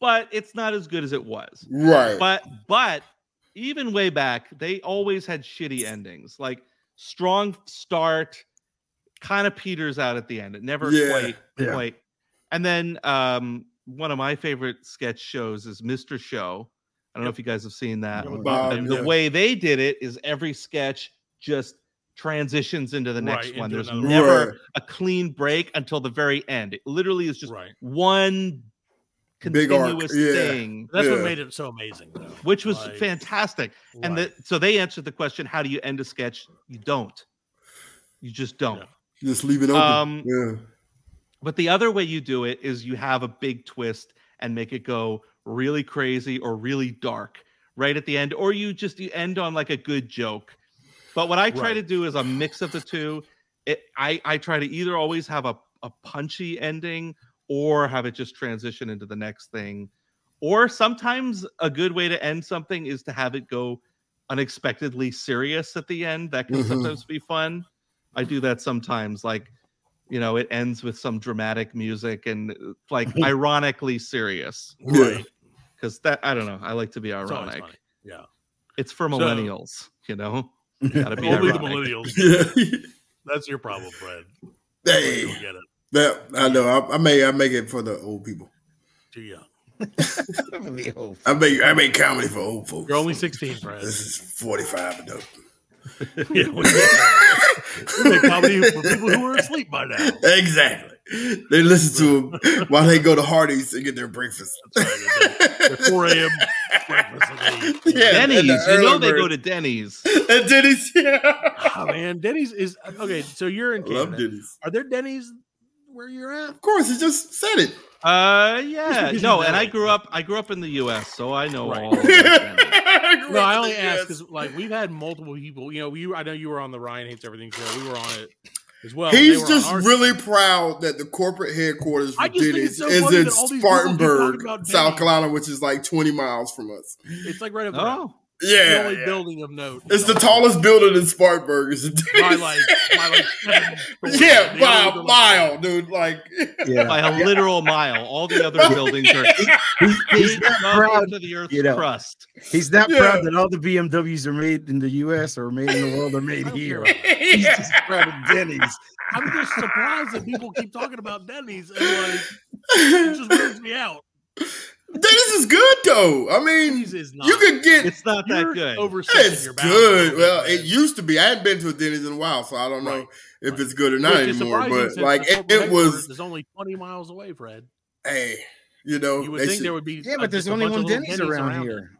But it's not as good as it was. Right. But but even way back, they always had shitty endings. Like strong start, kind of peters out at the end. It never Yeah. quite Yeah. quite. And then um, one of my favorite sketch shows is Mr. Show. I don't know if you guys have seen that. Yeah, with Bob, And yeah. The way they did it is every sketch just transitions into the next Right, one. into There's another one. never Right. a clean break until the very end. It literally is just right. one Big arc, continuous yeah. thing That's Yeah. what made it so amazing, though. which was Like, fantastic. And right. the, so they answered the question, "How do you end a sketch?" You don't. You just don't. Yeah. Just leave it open. Um, yeah. But the other way you do it is you have a big twist and make it go really crazy or really dark right at the end, or you just you end on like a good joke. But what I try Right. to do is a mix of the two. It, I I try to either always have a a punchy ending or have it just transition into the next thing. Or sometimes a good way to end something is to have it go unexpectedly serious at the end. That can Mhm. sometimes be fun. I do that sometimes. Like, you know, it ends with some dramatic music and uh, like Mm-hmm. ironically serious. Yeah. Right. Because that, I don't know. I like to be It's always ironic. funny. Yeah. It's for So- millennials, you know? Gotta be Only the ironic. millennials. Yeah. That's your problem, Fred. Hey, You'll get it. that I know. I, I may I make it for the old people. Too young. I make I make comedy for old folks. You're only 16, Fred. this is forty five and up. yeah, we get it. We make comedy for people who are asleep by now. Exactly. They listen to them while they go to Hardee's and get their breakfast. That's right, they're- they're 4 a.m. breakfast. in the- Yeah. Denny's, and the you know early they go bird. to Denny's. And Denny's, yeah. Ah, man, Denny's is okay. So you're in I love Canada. Denny's. Are there Denny's where you're at? Of course, he just said it. Uh yeah. because No, you're and I married. grew up I grew up in the US, so I know Right. all of that. No, I only ask because like we've had multiple people. You know, you I know you were on the Ryan hates everything show. We were on it as well. They were He's on just our- really proud that the corporate headquarters for I just think Denny's it's so is funny in that all these people keep talking Spartanburg, about South Denny's. Carolina, which is like 20 miles from us. It's like right up there. Oh. It's Yeah. the only yeah. building of note. It's You the know, tallest building in Spartanburg. Is the by Denny's. like by like seven stories. yeah, The by a only mile, dude. Like, Yeah. By a literal mile. All the other buildings are He's deep not down proud. into the earth's you know. crust. He's not Yeah. proud that all the BMWs are made in the U.S. or made in the world are made building. I don't care here. about it. He's just proud of Denny's. I'm just surprised that people keep talking about Denny's and like it just weirds me out. Dennis is good though. I mean, Denny's is not. you could get It's not that You're good. overstepping it's your boundaries. good. Well, it used to be. I hadn't been to a Denny's in a while, so I don't know Right. if Right. it's good or not Which is anymore. surprising But since like, the it, corporate it was. headquarters is only 20 miles away, Fred. Hey, you know, You would Oh, they think should- there would be. Yeah, uh, but just there's a only bunch of one little Denny's around it. here.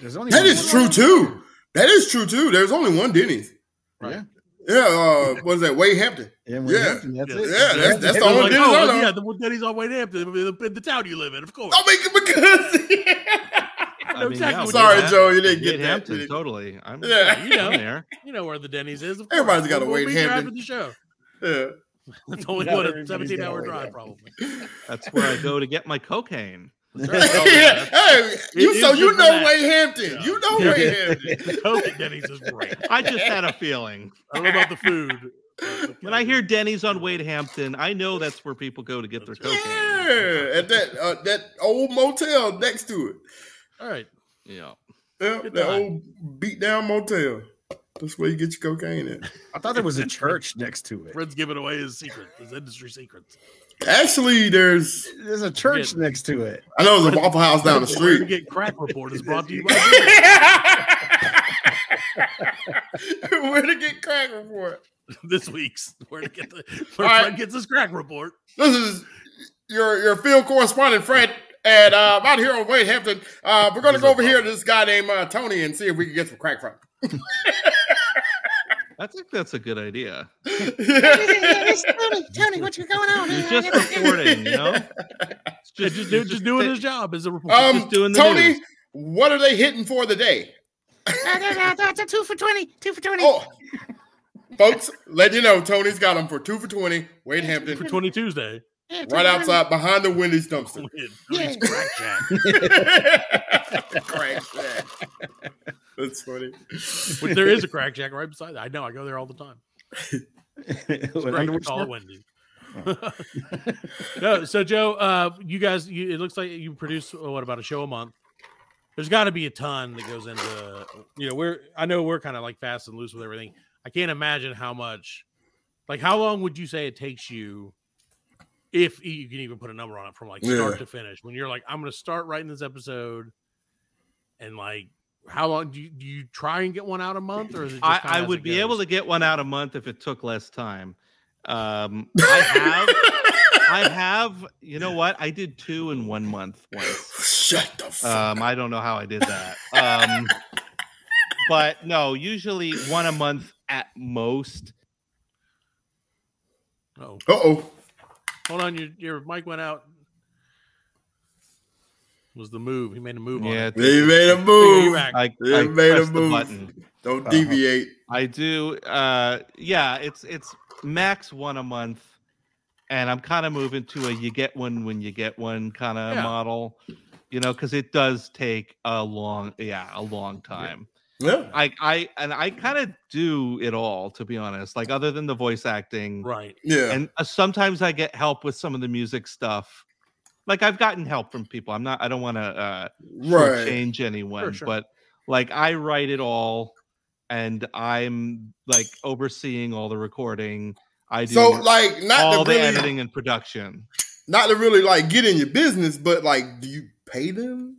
There's only that one is true around. too. That is true too. There's only one Denny's. Yeah. Yeah. Uh, what is that? Wade Hampton. Yeah, Yeah. yeah. Yeah, that's it. Yeah, that's, that's the They're only like, Denny's oh, I know. Oh, yeah, the one Denny's on Hampton, the, the, the town you live in, of course. I mean, because I know mean, exactly yeah, what Sorry, you Wade mean. Joe, you didn't Hampton- get Wade that. Hampton, You didn't- totally. I'm, Yeah. you know, I'm there. You know where the Denny's is. of Everybody's course. got a We'll Wade meet there Hampton. after the show. yeah. It's only Not what a everybody's got a 17 hour Wade drive, Hampton. probably. That's where I go to get my cocaine. Oh, yeah. yeah. Hey, you is so you just know relaxed. Wade Hampton. Yeah. You know Yeah. Wade Hampton. Coke at Denny's is great. I just had a feeling. I don't know about the food, When I hear Denny's on Wade Hampton, I know that's where people go to get their cocaine. Yeah, at that uh, that old motel next to it. All right. Yeah. Yeah, Good that time. old beat down motel. That's where you get your cocaine at. I thought there was a church next to it. Fred's giving away his secret, his industry secrets. Actually, there's There's a church next to it. I know there's a Waffle House down the Where you street. get crack report is brought to you by Denny's. Where to get crack report? this week's where to get the where All right. Fred gets his crack report. This is your your field correspondent, Fred, and uh, I'm out here on Wade Hampton. Uh, we're gonna go over here to this guy named uh, Tony and see if we can get some crack from. I think that's a good idea. him. It's just reporting, you know? It's Just, just, do, just doing thi- his job as a reporter. um, Just doing the Tony, news. what are they hitting for the day? two for 20. Two for 20. Oh, folks, let you know Tony's got them for two for twenty. Wade Hampton, for 20 Tuesday. right outside behind the Wendy's dumpster. Tony's crack jack. Crack jack. That's funny. Which there is a crack jack right beside that. I know. I go there all the time. What, Right, Underwood it's all Smith? Wendy's. no, so Joe, uh, you guys, you, it looks like you produce uh, what about a show a month? There's got to be a ton that goes into, you know, we're I know we're kind of like fast and loose with everything. I can't imagine how much, like, how long would you say it takes you, if e, you can even put a number on it, from like start Yeah. to finish? When you're like, I'm going to start writing this episode, and like, how long do you, do you try and get one out a month, or is it? Just I, kinda I as it would be goes? able to get one out a month if it took less time. Um, I have, I have. You know what? I did two in one month once. Shut the fuck. Um, I don't know how I did that. Um, but no, usually one a month at most. Uh-oh. Uh oh. Hold on, your your mic went out. Was the move? He made a move. Yeah, on it. it- They made a Finger, you move. back. I, They I made a pressed the move. button. Don't deviate. I do. Uh, yeah, it's it's max one a month, and I'm kind of moving to a you get one when you get one kind of Yeah. model, you know, because it does take a long, yeah, a long time. Yeah. I I and I kind of do it all to be honest. Like other than the voice acting, Right. Yeah. and uh, sometimes I get help with some of the music stuff. Like I've gotten help from people. I'm not. I don't want to uh, right. change anyone, sure. but like I write it all, and I'm like overseeing all the recording. I do So like not all to the really editing and production. not to really like get in your business, but like do you pay them?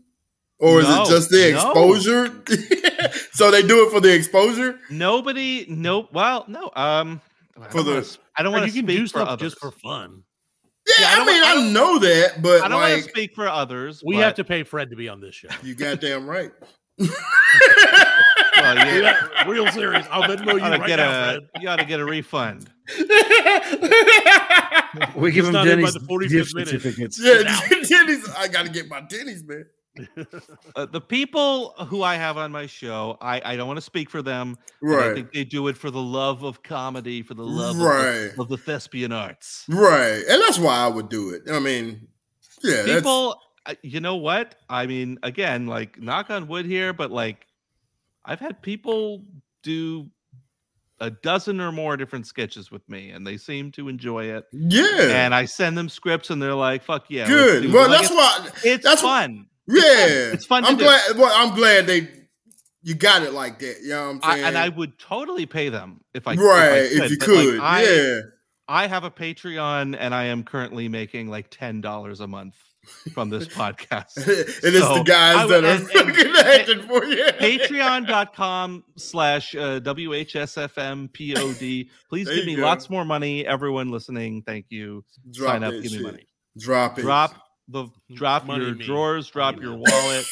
Or is No, it just the no. exposure? so they do it for the exposure? Nobody. No. Well, no. Um. I For don't wanna the- s- I don't want Like, to you can do speak for stuff others. just for fun. Yeah, Yeah, I I, don't mean, wa- I I, don't- know that, but I don't want like to speak for others. We but- have to pay Fred to be on this show. you goddamn right. well, you, Yeah, real serious. I'll Venmo you ought to right get now, a Fred. you ought to get a refund. We give him not in by Denny's the 45th gift minute. certificates. yeah, Denny's, I gotta get my Denny's, man. Uh, the people who I have on my show, I I don't want to speak for them. and I Right. think they do it for the love of comedy, for the love of, Right. the, of the thespian arts. Right. And that's why I would do it. I mean, yeah, that's- People, uh, you know what? I mean, again, like knock on wood here, but like I've had people do a dozen or more different sketches with me, and they seem to enjoy it. yeah. And I send them scripts, and they're like, "Fuck yeah, let's do good. it." Well, Like, that's it's- why it's that's wh- fun. Yeah, It's fun to I'm do. glad. Well, I'm glad they you got it like that. You know what I'm I, saying? and I would totally pay them if I right, if, you but, like, could, I, yeah. I have a Patreon and I am currently making like ten dollars a month from this podcast. and it's So, the guys I that would- are and- and- fucking acting for you. Patreon.com slash uh, WHSFMPOD. Please There give you me go. lots more money. Everyone listening, thank you. Drop Sign up, that give me shit. money. Drop it. Drop the drop Money your means- drawers, drop money your means- wallet,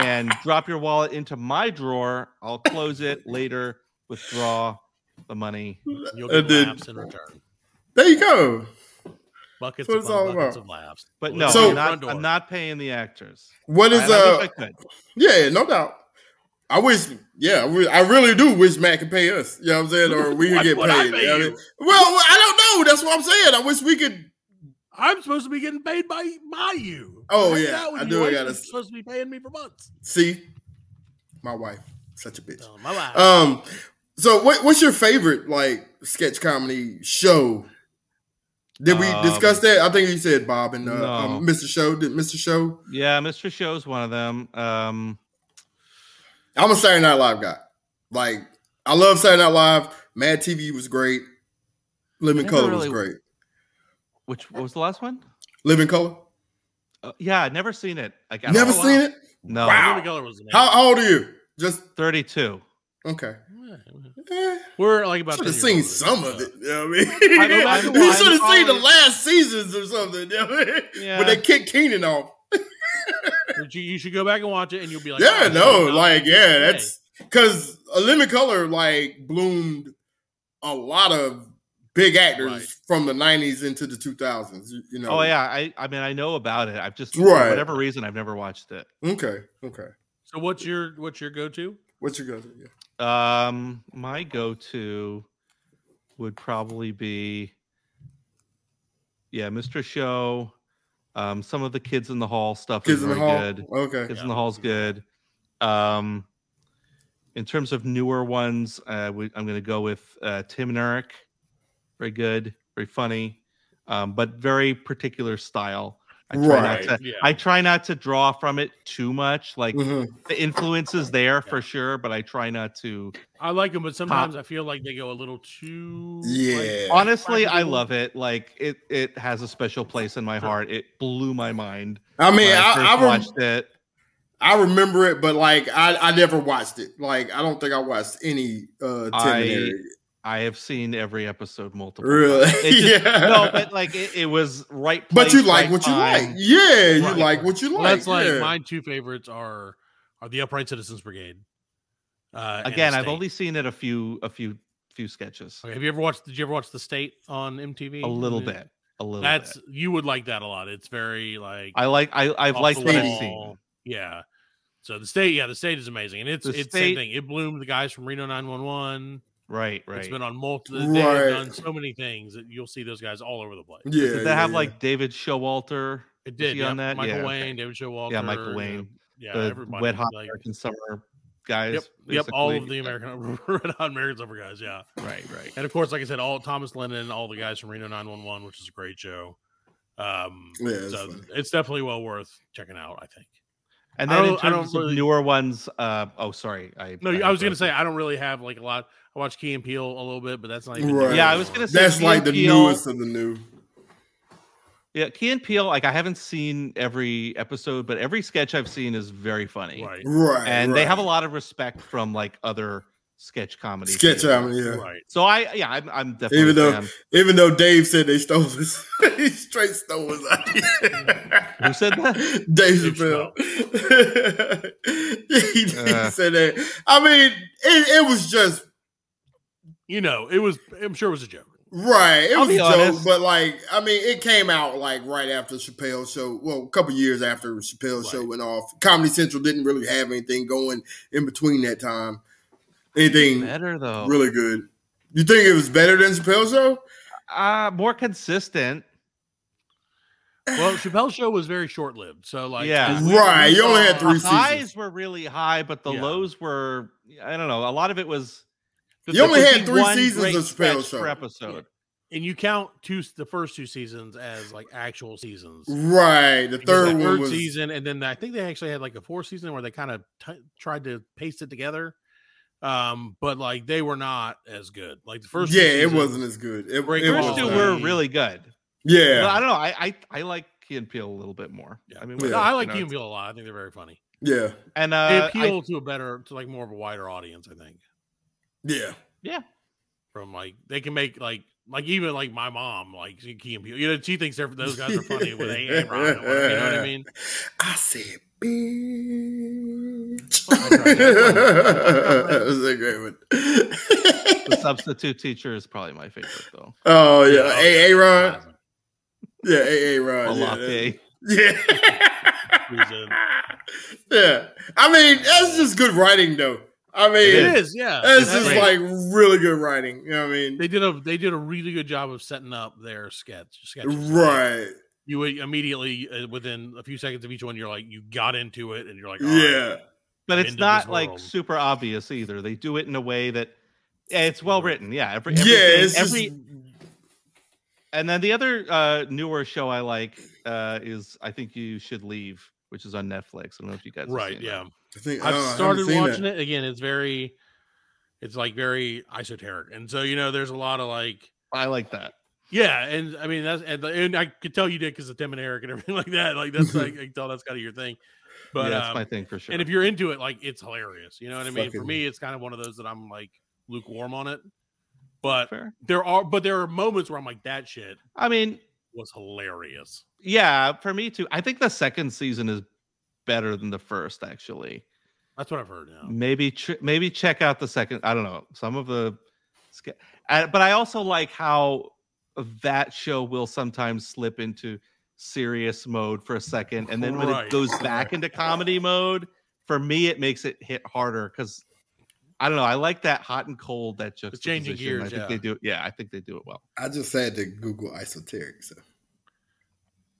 and drop your wallet into my drawer. I'll close it later, withdraw the money. You'll And get then- laughs in return. There you go. Buckets That's what it's upon all buckets about. of laughs. But Well, no, it's So- your I'm, front not, door. I'm not paying the actors. What is And I wish uh? I could. Yeah, no doubt. I wish, yeah, I re- I really do wish Matt could pay us. You know what I'm saying? Or we could Why get would I paid. pay you know what I you? mean? Well, I don't know. That's what I'm saying. I wish we could. I'm supposed to be getting paid by by you. Oh, Hanging yeah, out with I you. do, I Why gotta you s- supposed to be paying me for months. See, my wife, such a bitch. Telling my wife. Um, So what, what's your favorite like sketch comedy show? Did we discuss that? I think you said Bob and uh, um, no. Mr. Show. Did Mr. Show? Yeah, Mr. Show's one of them. Um, I'm a Saturday Night Live guy. Like I love Saturday Night Live. Mad TV was great. Living Never Color was really- great. which what was the last one? Living Color. Uh, yeah, I'd never seen it. Like, I Never don't- seen it. No, Wow. Living Color was amazing. How, how old are you? Just thirty-two. okay. We're like about should 10 years have seen older. some of it. You know what I know, I that's mean, why he I'm should have seen the always- last seasons or something. You know what I mean? Yeah. When they kicked Keenan off. But you, you should go back and watch it, and you'll be like, yeah, "Oh, no, no, like yeah, way." that's because a lemon color like bloomed a lot of big actors Right. from the '90s into the 2000s. You, you know? Oh yeah, I I mean I know about it. I've just Right. for whatever reason I've never watched it. Okay, okay. So what's your what's your go to? What you got? Yeah. Um, my go-to would probably be, yeah, Mr. Show. Um, some of the Kids in the Hall stuff Kids is in the very Hall. good. Okay. Kids in the Hall's good. Um, in terms of newer ones, uh, we, I'm going to go with uh, Tim and Eric. Very good, very funny, um, but very particular style. I try Right, not to. yeah. I try not to draw from it too much. Like Mhm. the influence is there for sure, but I try not to. I like them, but sometimes I feel like they go a little too. like- Yeah. Honestly, I practical. love it. Like it, it has a special place in my heart. It blew my mind. I mean, when I, I, first rem- watched it. I remember it, but like I, I never watched it. Like I don't think I watched any uh Tim I- and Eric. I have seen every episode multiple. Really? times. It just- Yeah. No, but like it, it was right. But place, you like right what you like. time. Yeah, you Right. like what you like. Well, that's like yeah. my two favorites are are the Upright Citizens Brigade. Uh, and Again, The I've State. only seen it a few, a few, few sketches. Okay, have you ever watched? Did you ever watch The State on MTV? A little Yeah. bit. A little. That's bit. you would like that a lot. It's very like I like. I I've off liked the what I've wall. seen. Yeah. So the state, yeah, the state is amazing, and it's The it's same state- thing. It bloomed the guys from Reno 911. Right. Right. It's been on multiple. They've done Right. so many things that you'll see those guys all over the place. yeah. Did they yeah, have yeah. like David Showalter? It Was did. he yeah. on that? Michael Yeah, okay. Wayne, David Showalter. Yeah, Michael the- Wayne, Yeah, the everybody. wet hot like- American summer guys. yep, yep. All of basically. the American Red Hot American Summer guys. Yeah, Right. Right. and of course, like I said, all Thomas Lennon, all the guys from Reno 911, which is a great show. Um, Yeah, it's so funny. it's definitely well worth checking out. I think. And I then in don't- I don't terms of really- newer ones, uh, oh sorry, I No, I was gonna interrupted. say I don't really have like a lot. I watch Key and Peele a little bit, but that's not even Right. Yeah, I was gonna say That's Key like and the Peele- newest of the new. Yeah, Key and Peele. Like I haven't seen every episode, but every sketch I've seen is very funny, right, Right. and they have a right. lot of respect from like other sketch comedy. sketch people. comedy, yeah. right. So I, yeah, I'm, I'm definitely Even even though- Even though Dave said they stole his he straight stole his idea. who said that? Dave Dave Chappelle. he, he Uh. said that. I mean, it, it was just You know, it was. I'm sure it was a joke. Right. It I'll was a be joke, honest. but like, I mean, it came out like right after Chappelle's show. Well, a couple years after Chappelle's show Right. went off. Comedy Central didn't really have anything going in between that time. Anything Better Oh. though, really good. You think it was better than Chappelle's show? uh, more consistent. Well, Chappelle's show was very short lived, so like, Yeah. we- we Right, you only had saw- three uh, The highs seasons. were really high, but the Yeah. lows were, I don't know. A lot of it was. You only there could had be three one seasons great of Chappelle's sketch Show. per episode. and you count two the first two seasons as like actual seasons. Right. The Because third that one was season, and then I think they actually had like a fourth season where they kind of t- tried to paste it together. Um, but like they were not as good. Like the first, two yeah, it seasons- wasn't as good. It, Break it First First was two that. were bad. really good. But I yeah, don't know. I I, I like Key and Peele a little bit more. Yeah. I mean, No, Yeah. I like you Key know, and Peele a lot. I think they're very funny. yeah, and They uh, I, appeal to a better, to like more of a wider audience. I think yeah. from like they can make like like even like my mom like she- Key and Peele. You know, she thinks they're, those guys are funny with a and Ron. and whatever, You know what I mean? I said, bitch. Oh, I tried that. that was a great one. the substitute teacher is probably my favorite though. Oh yeah, hey, hey Ron. Classic. Yeah, hey, hey A Ron. Yeah, latte. that- He's a- yeah. yeah. I mean, that's just good writing, though. I mean, It is, yeah. that's That's just great. like really good writing. You know what I mean? they did a they did a really good job of setting up their sketch sketches. Right. You would immediately uh, within a few seconds of each one, you're like you got into it, and you're like, all right. Yeah. But I'm it's into this not like world. super obvious either. They do it in a way that eh, It's well written. Yeah. Every, Yeah, every, it's just- every and then the other uh newer show I like uh is I think you should leave, which is on Netflix. I don't know if you guys have right. seen that. Yeah. I think I've oh, I haven't started seen watching that. it again. It's very, it's like very esoteric, and so you know, there's a lot of like, I like that. yeah, and I mean that's and, and I could tell you did because of Tim and Eric and everything like that. Like that's like I can tell that's kind of your thing. But But that's um, my thing for sure. and if you're into it, like it's hilarious. You know what I mean? For Fucking- me, it's kind of one of those that I'm like lukewarm on it. But Fair. there are but there are moments where I'm like that shit I mean, was hilarious. yeah, for me too. I think the second season is better than the first, actually. That's what I've heard now. Maybe tr- maybe check out the second. I don't know some of the, ske- uh, but I also like how that show will sometimes slip into serious mode for a second, and then when Right. it goes back into comedy mode, for me it makes it hit harder because I don't know. I like that hot and cold that just changing I gears, think yeah. they do. Yeah, I think they do it well. I just had to Google esoteric. So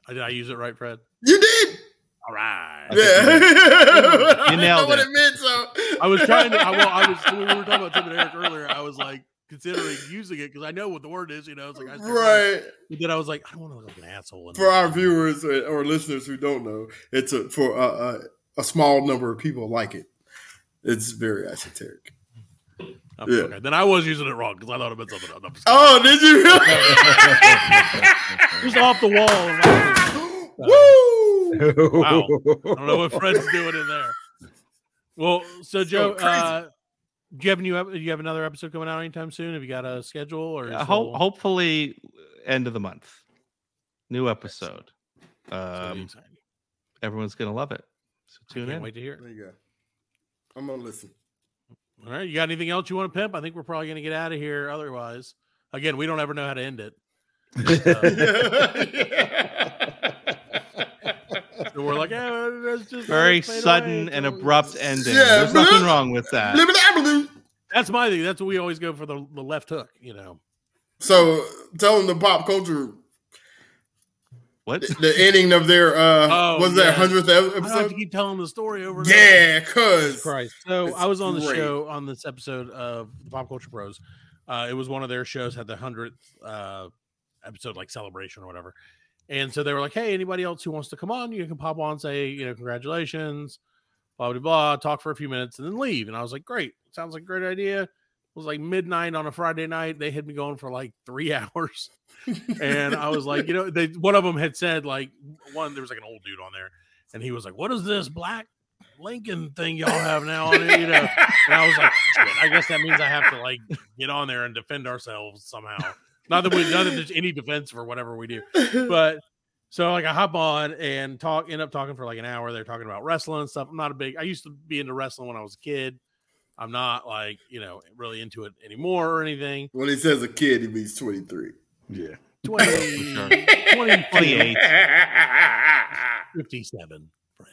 I- Did I use it right, Fred? you did. All right. Yeah, I You didn't nailed know what it. it meant. So I was trying to. I, well, I was when we were talking about Tim and Eric earlier. I was like considering using it because I know what the word is. You know, it's like I started- right But then I was like, I don't want to look like an asshole. in for our this. viewers or, or listeners who don't know, it's a, for a, a, a small number of people like it. It's very esoteric. Oh, yeah. okay. Then I was using it wrong because I thought it meant something else. I'm just- Oh, did you? just off the wall. I Woo! Wow. don't know what Fred's doing in there. Well, so Joe, crazy. uh, do you have a new? ep- Do you have another episode coming out anytime soon? Have you got a schedule or? Uh, is ho- it hopefully end of the month new episode all- um everyone's gonna love it so tune Can't in wait to hear. it. There you go. I'm gonna listen. All right, you got anything else you want to pimp? I think we're probably going to get out of here. Otherwise, again, we don't ever know how to end it. So we're like, eh, that's just very let's fade sudden away and till- abrupt ending Yeah, there's nothing bloop. wrong with Uh, that Living Avenue. That's my thing. That's what we always go for the, the left hook. You know, So tell them the pop culture, what the, the ending of their uh, Oh, was yeah. that hundredth I don't have to episode? keep telling the story over. and over. Yeah, cause Christ. So It's I was on the great. show on this episode of the Pop Culture Pros. Uh, it was one of their shows had the hundredth uh, episode, like celebration or whatever. And so they were like, "Hey, anybody else who wants to come on, you can pop on, say, you know, congratulations, blah blah blah, talk for a few minutes, and then leave." And I was like, "Great, sounds like a great idea." It was like midnight on a Friday night. They had me going for like three hours, and I was like, you know, they one of them had said like one there was like an old dude on there, and he was like, "What is this black Lincoln thing y'all have now on it?" You know, and I was like, "Shit, I guess that means I have to like get on there and defend ourselves somehow. Not that we, not that there's any defense for whatever we do, but so like I hop on and talk, end up talking for like an hour. They're talking about wrestling and stuff. I'm not a big. I used to be into wrestling when I was a kid. I'm not like you know really into it anymore or anything. when he says a kid, he means twenty three. yeah. 20, sure. 28, 28. 57. Fred.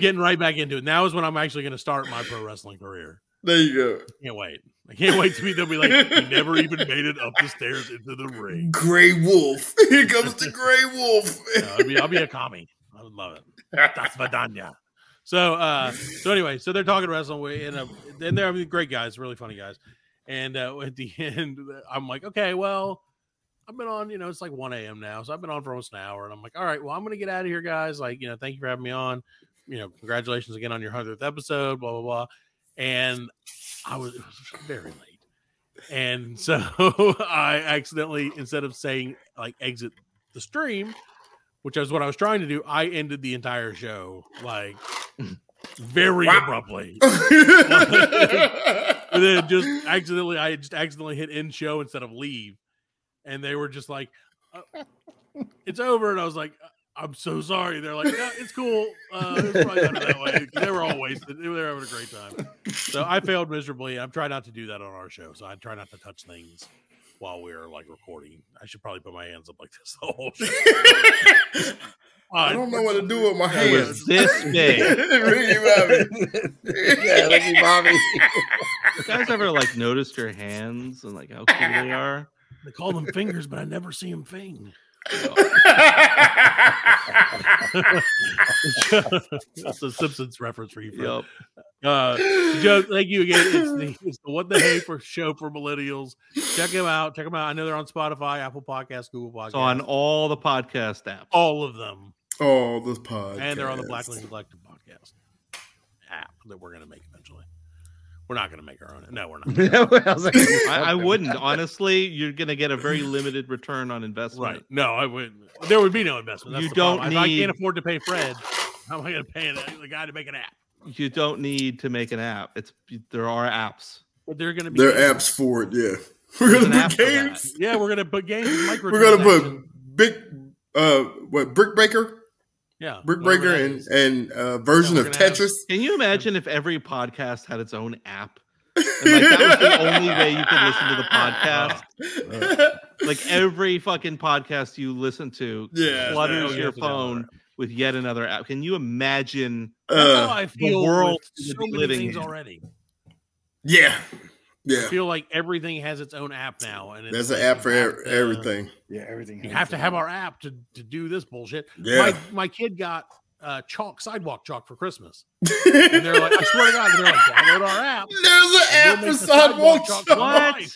Getting right back into it. Now is when I'm actually going to start my pro wrestling career. There you go. Can't wait. I can't wait to be. They'll be like, you never even made it up the stairs into the ring. Gray Wolf. Here comes the Gray Wolf. No, I'll be, I'll be a commie. I would love it. That's Vidania. So, uh, so anyway, so they're talking wrestling. We and uh, and they're I mean, great guys, really funny guys. And uh, at the end, I'm like, okay, well, I've been on. You know, it's like 1 a.m. now, so I've been on for almost an hour. And I'm like, all right, well, I'm gonna get out of here, guys. Like, you know, thank you for having me on. You know, congratulations again on your hundredth episode. Blah blah blah. And I was, it was very late. And so I accidentally, instead of saying like exit the stream, which is what I was trying to do, I ended the entire show like very abruptly. And then just accidentally, I just accidentally hit end show instead of leave, and they were just like, uh, "It's over," and I was like. "Uh, I'm so sorry. They're like, no, it's cool. Uh, it's probably better that way. They were all wasted. They were having a great time. So I failed miserably. I'm trying not to do that on our show. So I try not to touch things while we're like recording. I should probably put my hands up like this the whole show. I don't know what to do with my It hands. was this big Ricky Bobby. yeah, Ricky Bobby. you guys ever like noticed your hands and like how cool they are They call them fingers, but I never see them fing. it's a Simpsons reference for you. Fred. yep Uh, Joe, thank you again. It's the, it's the What the Hey for show for millennials. Check them out. Check them out. I know they're on Spotify, Apple Podcasts, Google Podcasts, It's on all the podcast apps. all of them, Oh, this podcast. and they're on the Black Lincoln Collective podcast app that we're gonna make eventually. We're not gonna make our own. No, we're not. I, was like, I, I wouldn't honestly. You're gonna get a very limited return on investment. Right. No, I wouldn't. There would be no investment. That's You the problem. don't If I need- can't afford to pay Fred, how am I going to pay the the guy to make an app? You don't need to make an app. It's there are apps. But they're going to be They're apps for it. Yeah, we're an gonna app put for that. games. Yeah, we're going to put games. We're gonna put big, uh, what brick breaker, yeah, brick whatever breaker, that and is. and uh, version Yeah, of we're gonna have- Tetris. Can you imagine if every podcast had its own app? And, like, that was the only way you could listen to the podcast. Uh, Like every fucking podcast you listen to yeah, yeah, clutters we your have to download phone it. with yet another app. Can you imagine? That's how uh, I feel world with we so would be many living things in. already. yeah, yeah. I feel like everything has its own app now, and it's There's an like uh, app for you have e- to- everything. yeah, everything. You has have to it. have our app to, to do this bullshit. Yeah, My my kid got uh, chalk sidewalk chalk for Christmas, and they're like, I swear to God, they're like, download our app. there's an app make for the sidewalk sidewalk chalk chalk. line. What?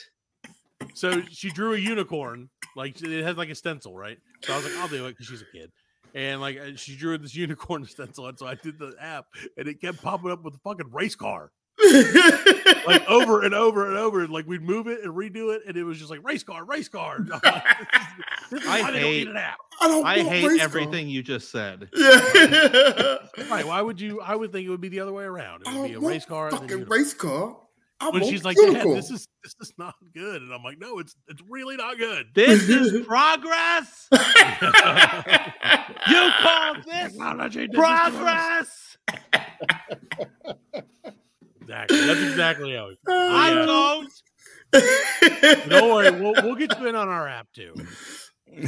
So she drew a unicorn, like it has like a stencil, right? So I was like, I'll do it because she's a kid. And like uh, she drew this unicorn stencil, and so I did the app, and it kept popping up with a fucking race car, like over and over and over. And like we'd move it and redo it, and it was just like race car, race car. And I'm like, this is I why they don't hate- need an app. I, don't I want race hate car. everything you just said. Yeah, Right? Why would you? I would think it would be the other way around. I It would be don't a want race car. and then Oh, fucking unicorn. race car. I when want she's like, "Dad, unicorn. this is this is not good," and I'm like, "No, it's it's really not good." This is progress. You call this Technology did this to us. progress? Exactly. That's exactly how. It, I Yeah. don't. don't worry, we'll, we'll get you in on our app too. yeah,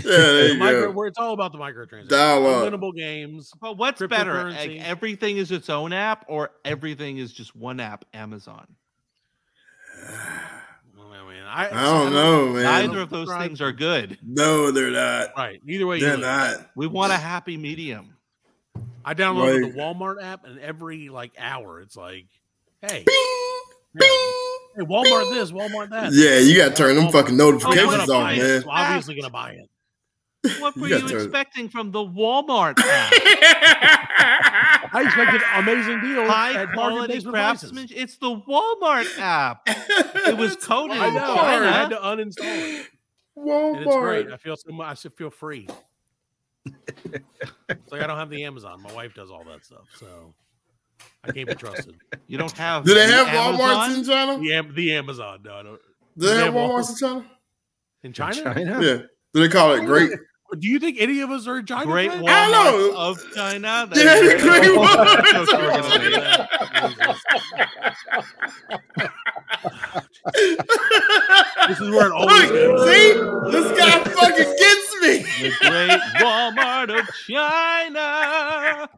there The you micro, go. where it's all about the microtransactions, Dialogue. winnable games. But what's better? like, Cryptocurrency. everything is its own app, or everything is just one app, Amazon. Well, I, mean, I, I don't know, man. Neither of those Right. things are good. No, they're not. Right. Either way, you They're look. not. We want a happy medium. I downloaded Like- the Walmart app, and every like hour, it's like, hey, Bing. hey, Walmart this, Walmart that. Yeah, you gotta turn them Walmart. fucking Oh, I'm gonna notifications buy on, it. man. So obviously gonna buy it. What were You you, got to- expecting from the Walmart app? I expected amazing deals High at Target quality basement prices. craftsmanship. It's the Walmart app. It was coded I in know. I had China. to uninstall it, Oh, and it's great. Walmart. I feel so much. I should feel free. it's like I don't have the Amazon. My wife does all that stuff, so I can't be trusted. You don't have. Do they the have Walmarts in Amazon? China? The, Am- the Amazon. No, I don't. Do they They have have Walmarts in China? In China? China? Yeah. Oh, Do they call it great? Do you think any of us are in China? Great Fred? I know. Walmart of China. Yeah, the great That's Walmarts a of social Oh, organization. yeah. This is where it always Look, goes. see? This guy fucking gets me. the great Walmart of China.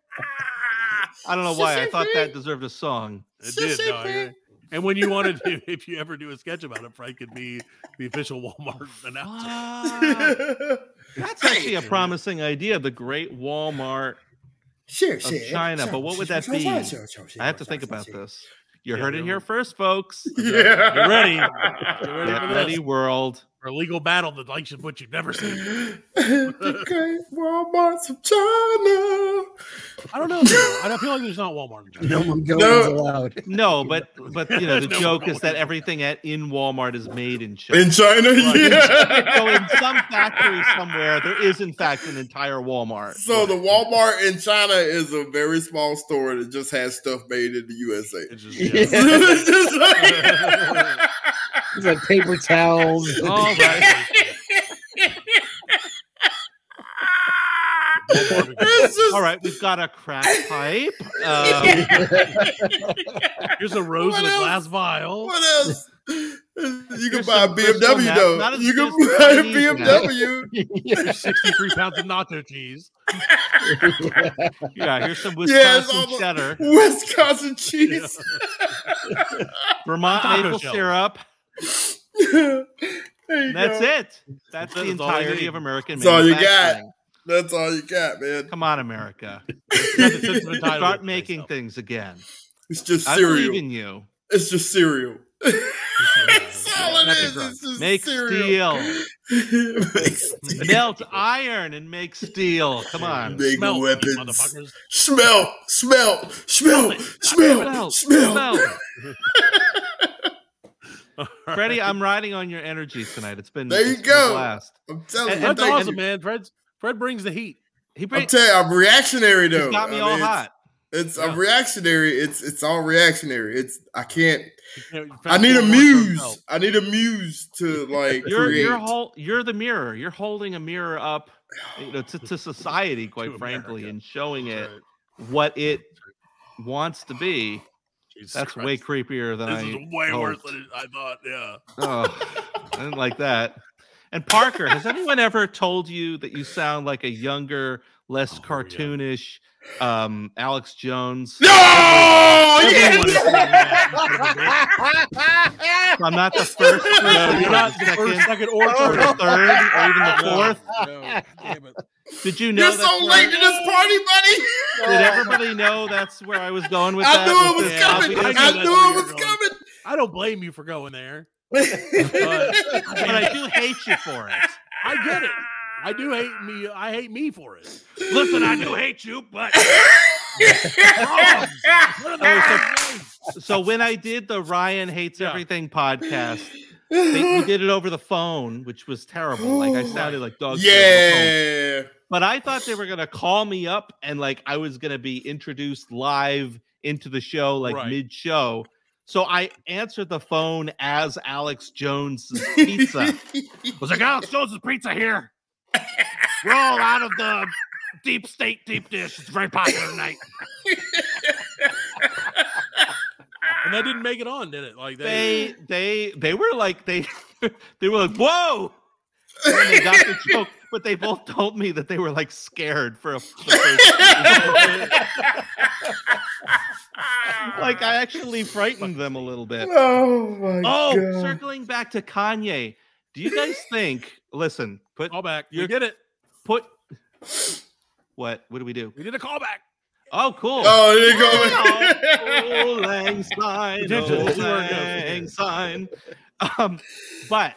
I don't know why. I thought that deserved a song. It did, no, you're right. and when you wanted to, if you ever do a sketch about it, Frank could be the official Walmart announcer. Ah, that's actually a promising idea. The great Walmart Sure, of China. But what would that be? I have to think about this. You Yeah, heard it we here will. first, folks. You Yeah. ready? You ready Get for ready, this? world. For a legal battle that likes you, but you've never seen. the great Walmarts of China. I don't know. though. I don't feel like there's not Walmart in China. No Mongolians No. allowed. No, but but you know the No, joke no, is that no. everything at, in Walmart is made in China. In China, yeah. so in some factory somewhere, there is in fact an entire Walmart. So the Walmart in China is a very small store that just has stuff made in the USA. It's just, Yeah. It's just like- It's like paper towels. All right. Walmart. it's just All right, we've got a crack pipe. Um, Here's a rose in a What glass vial. What else? You can There's buy a some- there's some BMW map- not though. as You can good as buy a Chinese map. BMW. There's 63 pounds of nacho cheese. yeah, here's some Yeah, it's Wisconsin all the- cheddar, Wisconsin cheese. Vermont Taco maple shell. syrup. There you and That's go. it. That's the That's all I entirety need. of American. That's all you got. manufacturing. That's all you got, man. Come on, America. That's the sense of entitlement Start to making myself. things again. It's just I believe cereal. in Uh, you. It's just cereal. That's all it Nothing is. wrong. It's just Make cereal. Make steel. Melt iron and make steel. Come on. Big Smell, you weapons. motherfuckers. Smell, smell, smell, smell, smell. Freddie, I'm riding on your energies tonight. It's been There you it's been a go. blast. I'm telling And- you, and That's thank- awesome, man. Fred's, Fred brings the heat. He I'm brings telling you, I'm reactionary though. got me I all mean, it's- hot. It's Yeah. I'm reactionary. It's it's all reactionary. It's I can't. You know, I need a Fred wants to muse. know. I need a muse to like You're create. you're whole, you're the mirror. You're holding a mirror up, you know, to, to society, quite To frankly, America. and showing That's it right. what it wants to be. Jesus That's Christ. way creepier than This I. is way worse hoped. than it- I thought. Yeah. Oh, I didn't like that. And Parker, has anyone ever told you that you sound like a younger, less Oh, yeah. cartoonish um, Alex Jones? no, Everyone is yes! doing that. I'm not the first, No, you're not the second, first, second, or or the third. third, or even the fourth. No, damn it. Did you know? you're that's so where- late to this party, buddy. Did everybody know that's where I was going with I that? knew it was the coming. obvious- I that's knew where it you're was going. I don't blame you for going there. coming. But I do hate you for it. I get it. I do hate me. I hate me for it. Listen, I do hate you, but What Oh, so- are those? so when I did the Ryan hates Yeah. everything podcast, they, we did it over the phone, which was terrible. Like I sounded like dog. shit over the phone. yeah. But I thought they were gonna call me up and like I was gonna be introduced live into the show, like Right. mid show. So I answered the phone as Alex Jones's pizza. I was like, Alex Jones's pizza here. We're all out of the deep state deep dish. It's very popular tonight. and that didn't make it on, did it? Like they, they they they were like they they were like whoa when they got the joke but they both told me that they were like scared for a the first like i actually frightened them a little bit Oh my oh god. circling back to kanye do you guys think listen put call back. You You're- did it. put what what do we do We did a callback. oh cool Oh, there you go. Auld Lang Syne, Did you? Auld You were good. Lang Syne. Um, but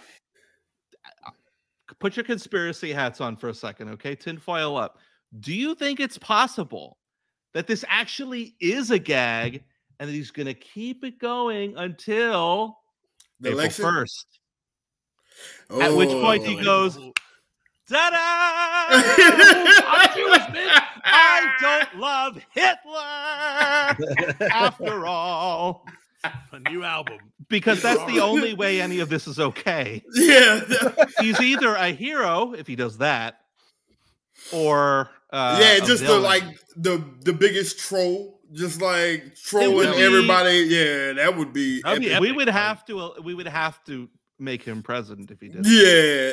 put your conspiracy hats on for a second, okay? Tinfoil up. Do you think it's possible that this actually is a gag and that he's going to keep it going until The April election? 1st? At which point he Oh. goes, ta da! I don't love Hitler after all. A new album. because that's the only way any of this is okay. yeah. He's either a hero if he does that, or uh, yeah, a just the villain. like the the biggest troll, just like trolling would be- everybody. Yeah, that would be. That'd be epic. Oh, we epic, would like- have to uh, we would have to make him president if he did. that.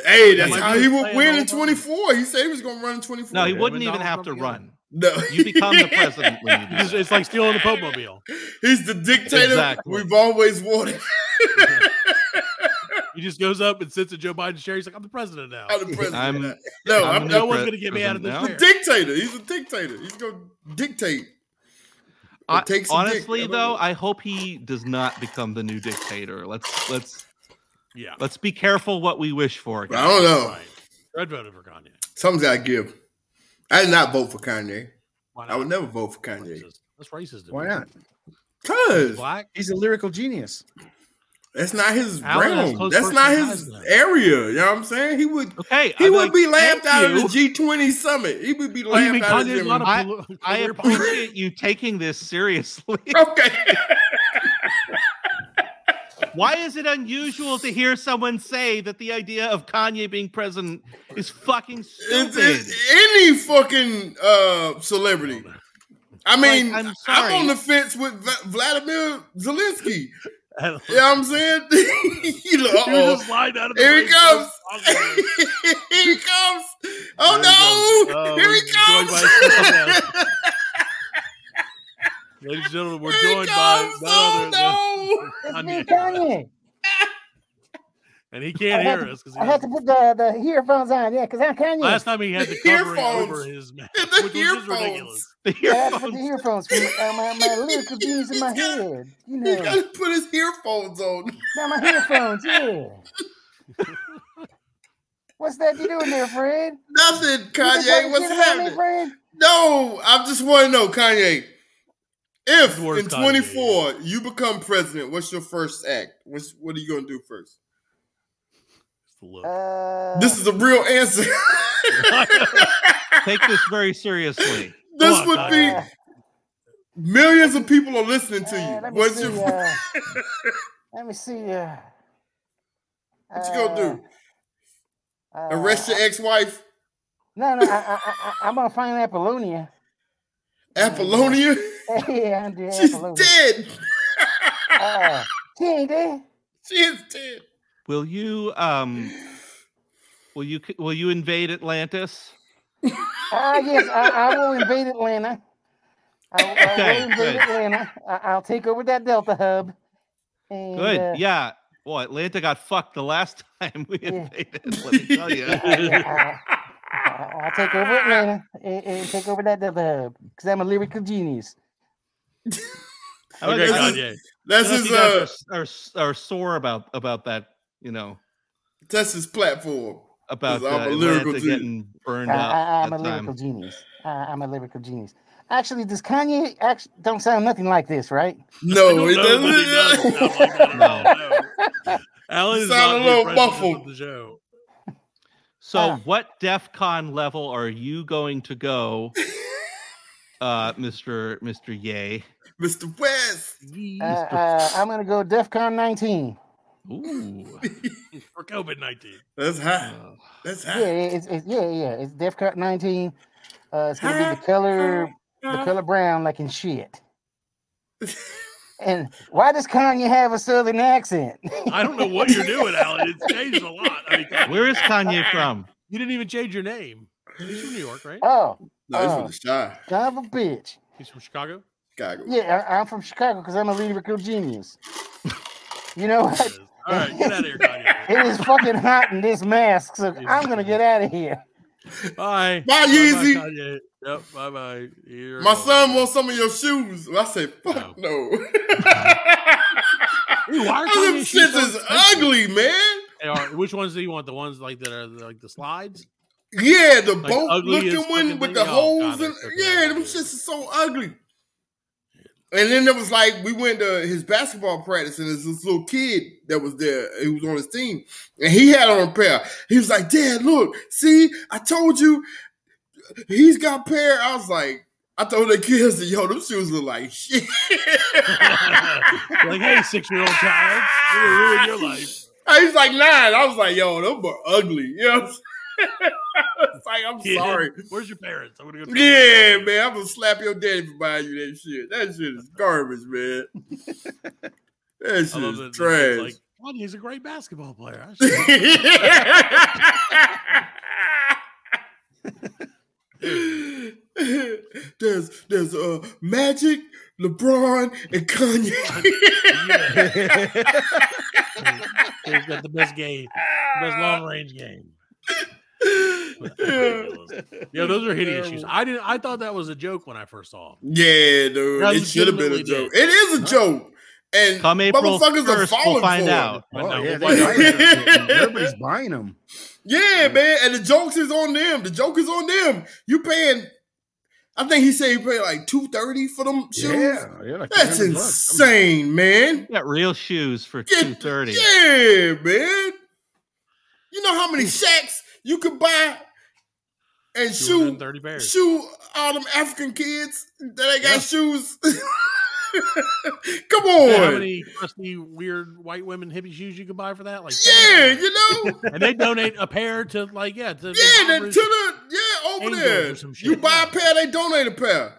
Yeah, hey, that's Like, how he he was would playing win in all twenty four. He said he was gonna run in twenty four. No, he Yeah, wouldn't but even Donald have to Trump, yeah. run. No, You become the president when you do It's, that. it's like stealing the Pope mobile. He's the dictator Exactly. we've always wanted. He just goes up and sits at Joe Biden's chair. He's like, "I'm the president now. I'm the president. I'm- now. no, I'm, I'm a no new one's pre- gonna get me out of this president chair. now. the dictator. He's a dictator. He's gonna dictate. I- take some dick. honestly, I don't though, know. I hope he does not become the new dictator. Let's let's Yeah, let's be careful what we wish for. But I don't know. right. Red voted for Kanye. Something's gotta give. I did not vote for Kanye. Why I would never vote for That's Kanye. racist. That's racist. to Why me. not? Cause Black. He's a lyrical genius. that's not his Alan has realm. close That's not personal ties his to that. area. You know what I'm saying? He would Okay, he I'm would like, be laughed thank out of you. the G20 summit. He would be Oh, you mean laughed out of Kanye's the not a I- poli- I career politician? appreciate you taking this seriously. Okay. Why is it unusual to hear someone say that the idea of Kanye being president is fucking It's, stupid? it's any fucking uh, celebrity. I mean, Like, I'm I'm, sorry. on the fence with Va- Vladimir Zelensky. I don't- You know what I'm saying? you know, He was uh-oh. just lined out of the Here he race for comes. the song. here he comes. There he Oh no. goes. Oh, here he he's joined by comes. Ladies and gentlemen, we're Here he Oh, joined by comes. none Oh other than no. Kanye. and he can't I had hear to- us because I had to put the, the earphones on, yeah, because I can you. last time he had the covering earphones. over his mouth, The which was just earphones. ridiculous. The I had to put the earphones. earphones for my, uh, my, my lyrical genius in my head. You He know, gotta put his earphones on. now my headphones, yeah. What's that you doing there, Fred? Nothing, You just Kanye. talking What's shit about me, happening? Fred? No, I just want to know, Kanye. If Good work, in Kanye. 24 you become president, what's your first act? What's, what are you gonna do first? Just a look. Uh, This is a real answer. Take this very seriously. this on, would be Kanye. millions of people are listening to uh, you. let me What's see. your uh, let me see. Uh, what you gonna do? uh, Arrest your ex-wife, No, no, I, I, I, I- I'm gonna find Apollonia. Uh, Apollonia? yeah, I'm doing She's Apollonia. dead. Uh, she ain't dead. she is dead. Will you um will you will you invade Atlantis? Ah, yes, I, I will invade Atlanta. I, I Okay, will invade good. Atlanta. I, I'll take over that Delta hub. And, Good. uh, yeah. Well, Atlanta got fucked the last time we Yeah. invaded. Let me tell you. I, will take over Atlanta and, and take over that Delta hub because I'm a lyrical genius. I like Okay, how this is- Kanye. That's This his is uh, are, s- are sore about about that, you know, that's his platform. about uh, I'm a lyrical Atlanta dude. getting burned I, up. I, I'm a that lyrical time. genius. I, I'm a lyrical genius. Actually, does Kanye actually don't sound nothing like this, right? No, No, it no, doesn't. he doesn't sound like that at all, no. Alan is Sound not a the little impressionist of muffled. The show. So, Uh. Ah. what DEF CON level are you going to go, uh, Mister Mister Yay? Mr. West. Uh, uh, I'm gonna go DEFCON 19. Ooh, for COVID nineteen. That's high. uh, That's Yeah, high. it's, it's yeah, yeah. It's DEFCON 19. Uh, it's gonna be the color, the color brown, like in shit. And why does Kanye have a southern accent? I don't know what you're doing, Alan. It's changed a lot. I mean, God, where is Kanye from? you didn't even change your name. He's from New York, right? oh, No, he's Oh. from the shy. son of a bitch. He's from Chicago. Chicago. Yeah, I, I'm from Chicago because I'm a lyrical genius. You know There it what? is. All right, get out of here, Kanye. It is fucking hot in this mask, so I'm gonna get out of here. Bye. Bye, Yeezy. Kanye. Yep. Bye, bye. You're My gone. son wants some of your shoes. I say, fuck no. Ooh, why are Them Kanye shoes shits so is expensive? ugly, man. Hey, all right, which ones do you want? The ones like that are like the slides? Yeah, the Like, boat ugly as looking one fucking with thing? the Oh, holes God, and that's so yeah, bad. them shits is so ugly. And then it was like we went to his basketball practice, and there's this little kid that was there. He was on his team, and he had on a pair. He was like, "Dad, look, see, I told you, he's got pair." I was like, "I told the kid, I said, yo, them shoes look like shit." like, hey, six year old child, you're gonna ruin your life. He's like nine. I was like, "Yo, them are ugly." You know, it's like I'm Kid, sorry. Where's your parents? I'm gonna go. talk to Yeah, them. man, I'm gonna slap your daddy for buying you that shit. That shit is garbage, man. That I shit love is that. it's trash. Like, God, he's a great basketball player. I should- there's there's uh Magic, LeBron, and Kanye. He's got the best game, best long range game. yeah. Yeah, those are hideous shoes. Terrible. I didn't. I thought that was a joke when I first saw them. Yeah, dude. That's it should have been a legitimately joke. dead. It is a joke. And Come April motherfuckers are first, falling we'll find for it. out. But no, Oh, yeah, they we'll find buying out. that shit. Everybody's buying them. Yeah, man. And the jokes is on them. The joke is on them. You paying, I think he said he paid like 230 for them shoes. Yeah, yeah, like That's 300 bucks. insane, man. You got real shoes for Get- two thirty. Yeah, man. You know how many shacks you could buy and shoe 230 pairs. shoe all them African kids that ain't got shoes. Come on. Yeah, Yeah, how many crusty, weird white women hippie shoes you could buy for that? Like, $7. you know? and they donate a pair to like, yeah, to yeah, then to Bahamas. the yeah, over Angels there. or some You shit, buy a yeah. pair, they donate a pair.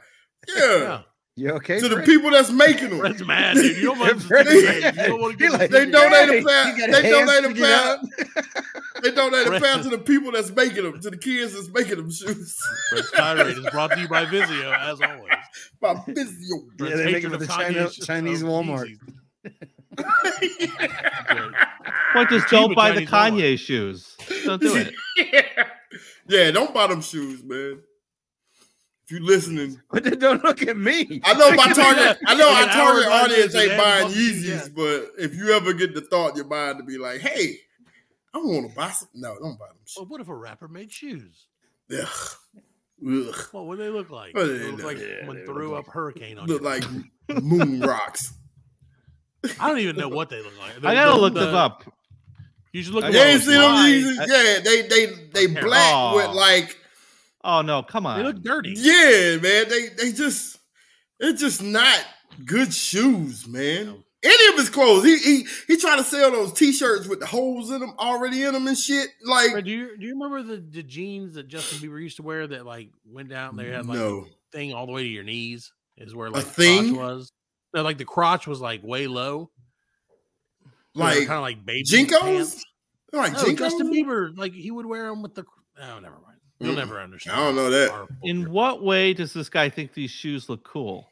Yeah. Yeah. You okay? to the Fred? people that's making them. Fred's mad, dude. You don't want to Fred's you mad. don't want to He get like- They Yeah. donate a You pair. got They hands donate a sticking pair. out. They donate a Fred- pair to the people that's making them, to the kids that's making them shoes. Fred's tirade is brought to you by Vizio, as always. My physio. Yeah, Fred's they make hatred it for of Oh, the China- Kanye's- Chinese of Walmart. Yeezys. Good. What just Cheap don't buy the with Kanye $20. shoes. Don't do it. yeah. yeah, don't buy them shoes, man. If you listening, But then don't look at me. I know my target. I know our An hour target by audience then, ain't they buying haven't bought these Yeezys, yet. but if you ever get the thought in your mind to be like, "Hey, I want to buy some," no, don't buy them. Shit. Well, what if a rapper made shoes? Ugh. Ugh. What would they look like? Oh, They they look look- like yeah, someone they threw look up hurricane on Look you. like moon rocks. I don't even know what they look like. The- I gotta the- look the- them up. You should look. I them You up. ain't seen them Why? Yeezys? Yeah, they they they Okay. black Aw. with like Oh no, come They look on. dirty. yeah, man. They they just it's just not good shoes, man. Any of his clothes, he he he tried to sell those t-shirts with the holes in them already in them and shit. Like Fred, do you do you remember the, the jeans that Justin Bieber used to wear that like went down? They had like no, the thing all the way to your knees is where like the thing? crotch was. No, like the crotch was like way low, like kind of like baby Jinkos, pants. They're like No, Jinkos. Oh, Justin Bieber, like he would wear them with the. Oh, never mind. You'll Mm. never understand. I don't know that. Our- In what way does this guy think these shoes look cool?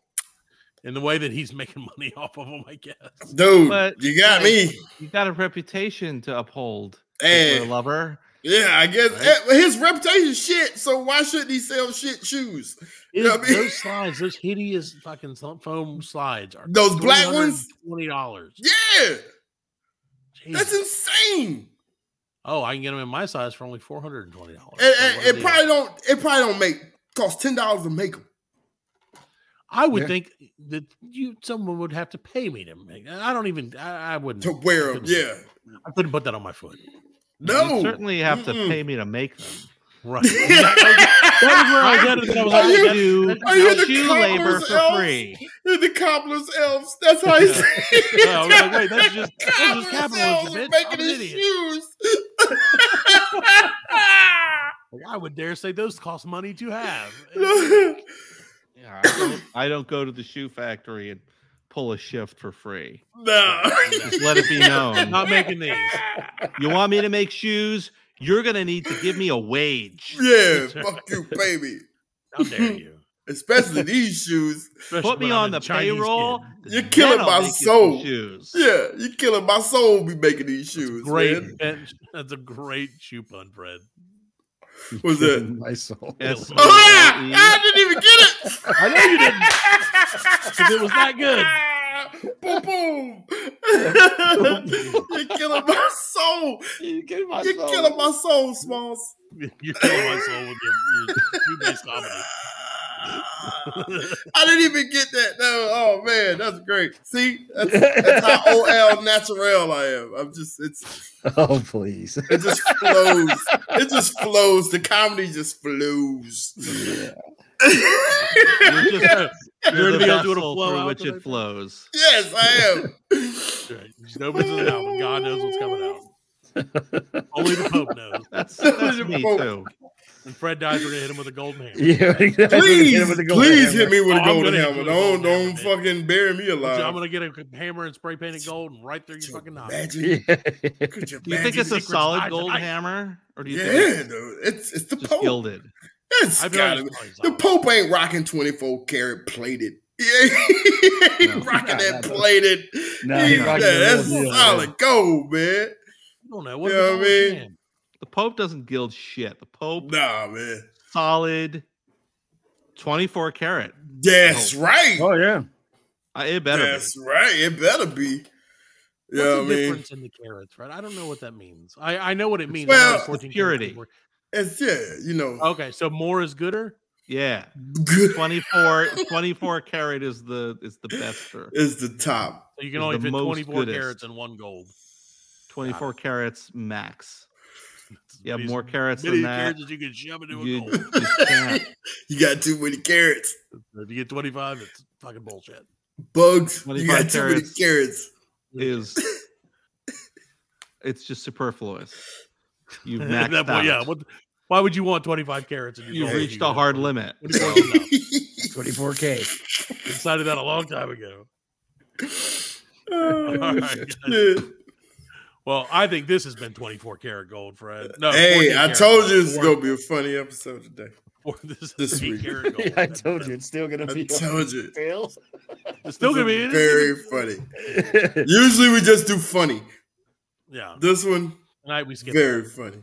in the way that he's making money off of them, I guess. Dude, But, you got like, me. You got a reputation to uphold, Hey. Hitler lover. Yeah, I guess Right? eh, his reputation shit. So why shouldn't he sell shit shoes? You know It- what I mean? Those slides, those hideous fucking sl- foam slides are Those black ones? twenty dollars. Yeah, that's Hmm. insane. Oh, I can get them in my size for only four hundred and twenty dollars. And, and- it probably don't. It probably don't make cost ten dollars to make them. I would Yeah. think that you someone would have to pay me to make. I don't even. I, I wouldn't to wear them. Yeah, I couldn't put that on my foot. no, You certainly have Mm-mm. to pay me to make them. Right. That's where I get it. that I was Are like, you- that's- do are you the shoe labor cobbler's for elf? free. the cobbler's elves. That's how he said. it. I was like, wait, that's just that's just cobbler's elves capitalism. are bitch. making I'm an his idiot. shoes. Like, I would dare say those cost money to have. Eh, Yeah, I don't- I don't go to the shoe factory and pull a shift for free. no, Just let it be known. Not making these. You want me to make shoes? You're gonna need to give me a wage. yeah, fuck you, baby. How dare you? Especially these shoes. Especially Put me when I'm on a the Chinese payroll. kid. You're then killing I'll my make you some soul. Shoes. Yeah, you killing my soul. Be making these shoes. Great. man. bench. That's a great shoe pun, Fred. What's that? My soul. S- Oh, Oh, ah, I didn't even get it. I know you didn't. 'Cause it was not good. boom, boom. You're killing my soul. You get my You're killing my soul, Smalls. You're killing my soul with your, your shoe-based comedy. I didn't even get that. No, oh man, that's great. See, that's, that's how OL natural I am. I'm just it's Oh, please. it just flows. It just flows. The comedy just flows. E. You're just You're you're gonna the be able to do it a vessel flow through out which today. it flows. yes, I am. Right. Just opens it out, but God knows what's coming out. Only the Pope knows. That's, that's me Whoa. too. And Fred dies, we're gonna hit him with a golden hammer. Yeah, exactly. Hit Please, him with the golden please hammer. hit me with Oh, a I'm golden gonna hit you hammer. with a Don't golden hammer, don't man. fucking bury me So I'm alive. gonna get a hammer and spray paint it gold and right through your fucking eye. Imagine. Yeah. Could you Do you think imagine? it's a Secret solid Lies gold tonight. hammer, or do you think Yeah, dude. It's it's the it's just Pope. gilded? It's I feel like gotta be. it's probably The solid. Pope ain't rocking 24 karat plated. Yeah, he No. ain't rocking Nah, that nah, nah. plated. Nah, He- he rocking the that's real deal, solid gold, man. I don't know. What You know if what I it's mean? all The Pope doesn't gild shit. The Pope Nah, man. solid, twenty four karat. That's Oh. right. Oh, yeah. I, Uh, it better. be. That's right. It better be. What's Yeah, I the mean, difference in the carrots, right? I don't know what that means. I, I know what it means. Well- I know it's 14 Purity. carats. it's yeah, you know, Okay, so more is gooder. Yeah, good 24, 24 karat is the is the best for is the top. So you can Is only the fit most 24 goodest. carats in one gold. twenty four carats max. It's Yeah, these more carats many than that. carats that you can shove into a You, gold. you can't. You got too many carrots. If you get 25, it's fucking bullshit. Bugs, you 25 got too many carats. carrots. is it's just superfluous. You've At maxed that point, yeah. out. What, why would you want 25 carats? in your You've gold if reached you a got hard 20? limit. 24 is enough. 24K. Decided that a long time ago. Oh, All right, guys. shit. Well, I think this has been 24 karat gold, Fred. No, Hey, 14 I karat told gold. you this is Four- gonna be a funny episode today. for this, This eight week. karat gold. Yeah, I told you it's still gonna I be told you. sales. It's still gonna be in it. Very funny. Usually we just do funny. Yeah, This one, tonight we skipped. very funny.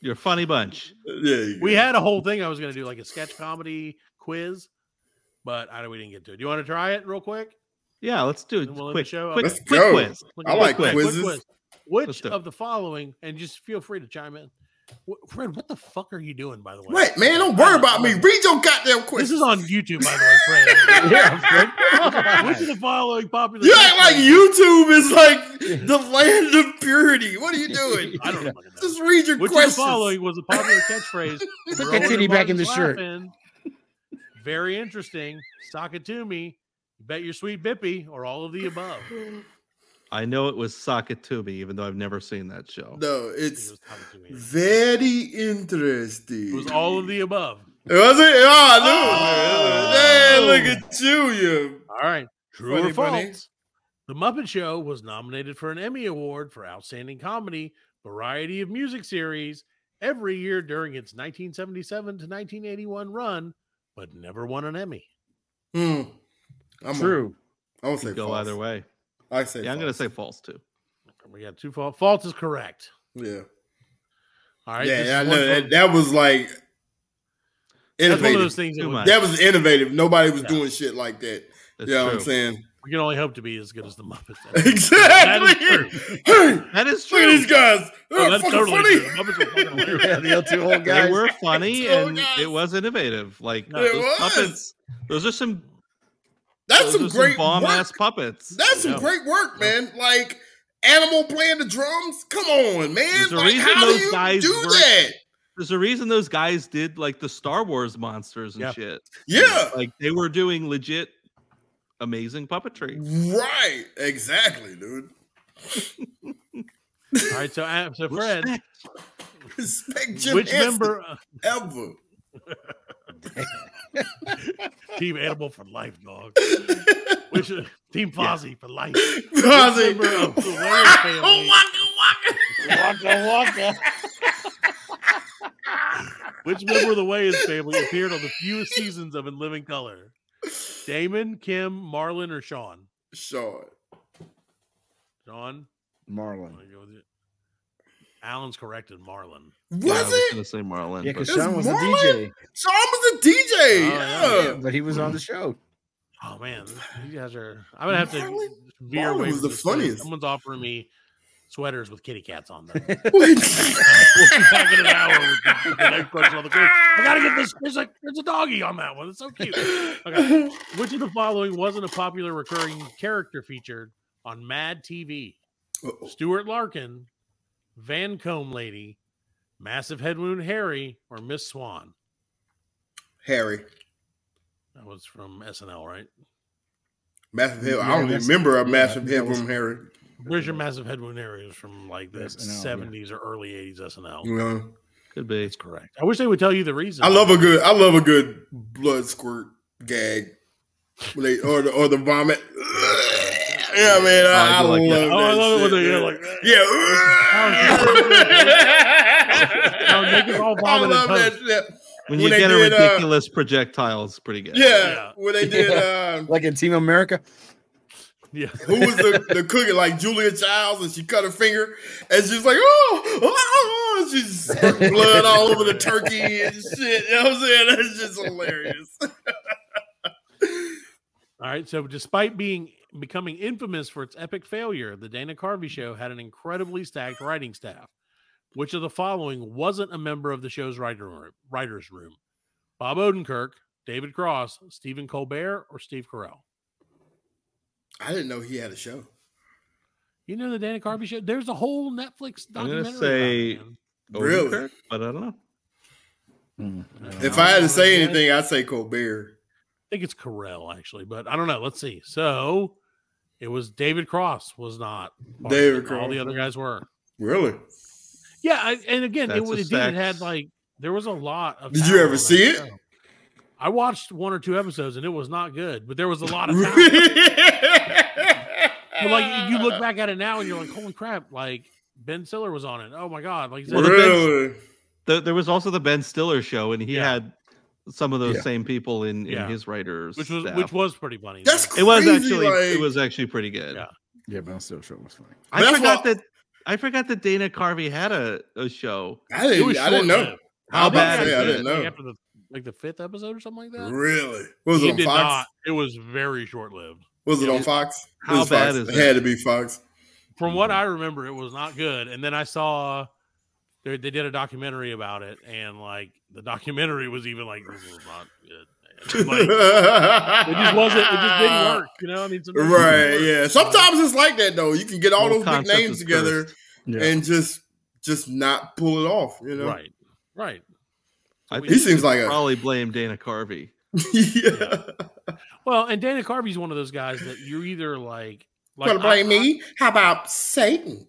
You're a funny bunch. Yeah, you We had a whole thing I was gonna do like a sketch comedy quiz, but I we didn't get to it. Do you want to try it real quick? Yeah, let's do it. Then we'll end the quick, show. quick, Let's quick go. quiz. Look I at- like quick, quick quizzes. quiz. Let's Which do it. of the following? And just feel free to chime in. Wh- Fred, what the fuck are you doing? By the way, Wait, man, don't worry about me. Read your goddamn This question. is on YouTube, by the way, Fred. Yeah, Fred. Which of the following popular? You act like sexual- YouTube is like the land of purity. What are you doing? I don't know. fucking know. Just read your Which of the questions. following was a popular catchphrase? Put Rowan that titty back in the Martin's shirt. laughing. Very interesting. Sock it to me. Bet your sweet bippy, or all of the above. I think I know it was Sakatumi, even though I've never seen that show. No, It it's was, sock it to me. very interesting. It was all of the above. Was it? Oh, no. Oh. Hey, look at you, you. All right. True Funny or bunny. false? The Muppet Show was nominated for an Emmy Award for Outstanding Comedy, Variety of Music Series every year during its 1977 to 1981 run, but never won an Emmy. Hmm. I'm True. i I'm gonna say Go false. either way. I say. Yeah, I'm gonna false. say false too. We got two false. False is correct. Yeah. All right. yeah, this is yeah, I one know from- that, that was like that's one of innovative. those things that Too we, much. That was innovative. Nobody was Yeah. doing shit like that. That's yeah, I'm true. saying we can only hope to be as good as the Muppets. That is exactly. true. Hey, That is Look at true. these guys. They're Oh, that's fucking totally funny. true. The Muppets were fucking hilarious. Yeah, the two old They guys. were funny Two and guys. it was innovative. Like Yeah, it those was. puppets. Those are some. That's those some are great bomb work. ass puppets. That's some Yeah. great work, man. Like animal playing the drums. Come on, man. There's a like, reason how those do you guys do work. that? There's a reason those guys did like the Star Wars monsters and Yeah. shit. Yeah. like they were doing legit, amazing puppetry. Right. Exactly, dude. All right. So, uh, so Fred, Respect. Respect Jim which Henson member? uh, ever. Team Animal for life, dog. Which uh, Team Posse for life. Posse. member of the Warrior Oh family? Waka waka. Which member of the Wayans family appeared on the fewest seasons of In Living Color? Damon, Kim, Marlon, or Sean? Sean. Sean, I'm Marlon. gonna go with it. Alan's corrected Marlon. Yeah, I Was was it? gonna say Marlon. Yeah, but- because It's Sean was a Marlon? DJ, Sean was a DJ. yeah. yeah. but he was on the show. Oh man, these guys are. I'm gonna have to Marlon? veer Marlon away. was from the this quiz. funniest. Someone's offering me sweaters with kitty cats on them. back in an Wait. hour with the, with the next question on the quiz. I gotta get this. There's a there's a doggy on that one. It's so cute. Okay. Which of the following wasn't a popular recurring character featured on Mad TV? Uh-oh. Stuart Larkin, Van Combe Lady, Massive Head Wound Harry, or Miss Swan? Harry. That was from SNL, right? Massive Head. Yeah, I don't that's- remember a yeah, massive that head was- from Harry. Where's your Massive Head Wound Harry? It was from like the SNL, yeah. 70s or early 80s SNL. You know? Could be. That's correct. I wish they would tell you the reason. I love a good I love a good blood squirt gag. When they- or the or the vomit. Yeah, man. I, I do I like that. love Oh, I that love it when shit, they- man. like, Yeah. Oh, make us all I vomit love and that toast. shit. When, you When they get a did, uh, ridiculous projectile, it's pretty good. Yeah, Yeah. when they did uh, Like in Team America. Yeah. who was the, the cookie like Julia Childs, and she cut her finger, and she's like, oh, oh, oh, and she's squirting blood all over the turkey and shit. You know what I'm saying? That's just hilarious. All right. So, despite being becoming infamous for its epic failure, the Dana Carvey show had an incredibly stacked writing staff. Which of the following wasn't a member of the show's writer room, writers' room? Bob Odenkirk, David Cross, Stephen Colbert, or Steve Carell? I didn't know he had a show. You know the Dana Carvey show. There's a whole Netflix I'm gonna documentary. about it, say- man. Really? Odenkirk, But I don't know. If I had Oh, to say anything, I'd say Colbert. I think it's Carell actually, but I don't know. Let's see. So, it was David Cross was not. part of it. David All the Cross. other guys were. Really? Yeah, I, and again, it, That's a was- it did. It had sex. like there was a lot of. Did you talent ever on see that it? show. I watched one or two episodes, and it was not good. But there was a lot of talent. but but like you look back at it now, and you're like, "Holy crap!" Like Ben Stiller was on it. Oh my god! Like he said, Well, the Ben- really? There, there was also the Ben Stiller show, and he Yeah. had some of those Yeah. same people in, in Yeah. his writers, which was staff. which was pretty funny. That's crazy. it was actually like- it was actually pretty good. Yeah. Yeah, but I'm still sure it was funny. I That's forgot why- that I forgot that Dana Carvey had a, a show. I didn't. I didn't know. short-lived. How I was about bad to is say, I it? didn't know. After the like the fifth episode or something like that. Really? Was it It on did Fox? not. It was very short lived. Was it Yeah. on Fox? It How was bad Fox. is it? that? Had to be Fox. From what I remember, it was not good. And then I saw they, they did a documentary about it, and like the documentary was even like this was not good. And, like, it just wasn't. It just didn't work. You know. I mean, sometimes it doesn't Right? work. Yeah. Sometimes it's like that though. You can get all Whole those big concept names is together cursed. Yeah. and just just not pull it off. You know? Right. Right. I He think you seems could like a- probably blame Dana Carvey. yeah. Well, and Dana Carvey's one of those guys that you're either like, like Wanna blame I- me? How about Satan? I-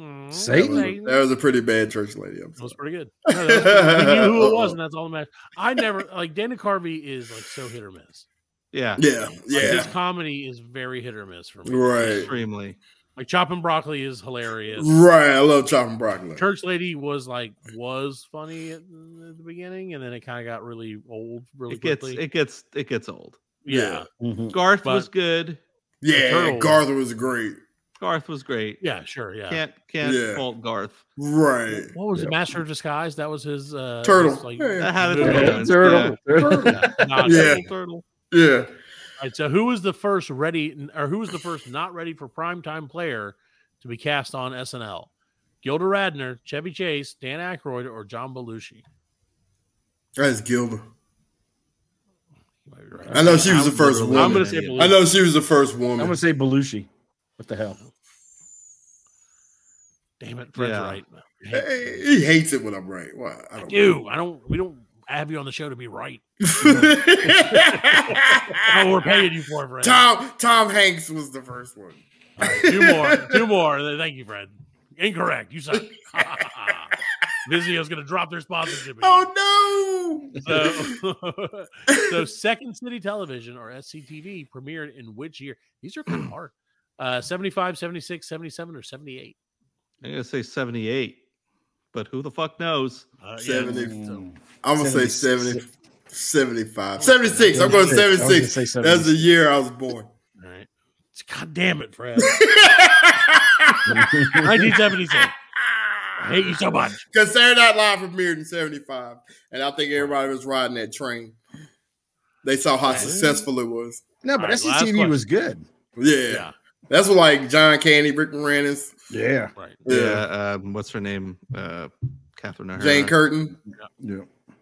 Mm, Satan? That was a pretty bad church lady. I'm That sorry. was pretty good. No, that- we knew who it was, and that's all that matters. I never like Dana Carvey is like so hit or miss. Yeah, Yeah. Like, his Yeah. comedy is very hit or miss for me. Right. extremely. Like chopping broccoli is hilarious. Right. I love chopping broccoli. Church Lady was like was funny at, the- at the beginning, and then it kind of got really old really It gets quickly. it gets it gets old. yeah, Garth But- was good. Yeah. turtle. Garth was great. Garth was great. yeah, sure, yeah. Can't can't Yeah. fault Garth. Right. What was Yeah. it, Master of Disguise? That was his uh, Turtle. his, like, Yeah. That had its Yeah. moments, yeah. Turtle. Turtle. nod. Yeah. Turtle, turtle. Yeah. All right, so who was the first ready or who was the first not ready for primetime player to be cast on SNL? Gilda Radner, Chevy Chase, Dan Aykroyd, or John Belushi? That's Gilda. You might be right. I know she was the first I'm woman. I'm going to say Woman. Belushi. I know she was the first woman. I'm gonna say Belushi. What the hell? Damn it, Fred's Yeah. right. I hate- Hey, he hates it when I'm right. Why? I I don't do. I don't. We don't have you on the show to be right. Oh, we're know. paying you for it, Fred. Tom Tom Hanks was the first one. All right, two more. Two more. Thank you, Fred. Incorrect. You suck. Vizio's going to drop their sponsorship. again. Oh no! So, so Second City Television or SCTV premiered in which year? These are kind of hard. Uh, 75, 76, 77, or 78? I'm gonna say 78, but who the fuck knows? Uh, Seventy. so- I'm gonna say 70, 76. 75. 76. I'm going 76. I was gonna 76. say That's the year I was born. all right. God damn it, Fred. 1976. I hate you so much. Because Saturday Night Live premiered in 75. And I think everybody was riding that train. They saw how successful it was. No, but E All right, last SCTV was good. Yeah. Yeah. That's what like John Candy, Rick Moranis, Yeah. Right. Yeah. um, what's her name? Uh, Catherine Uh-huh. O'Hara. Jane Curtin. Yeah.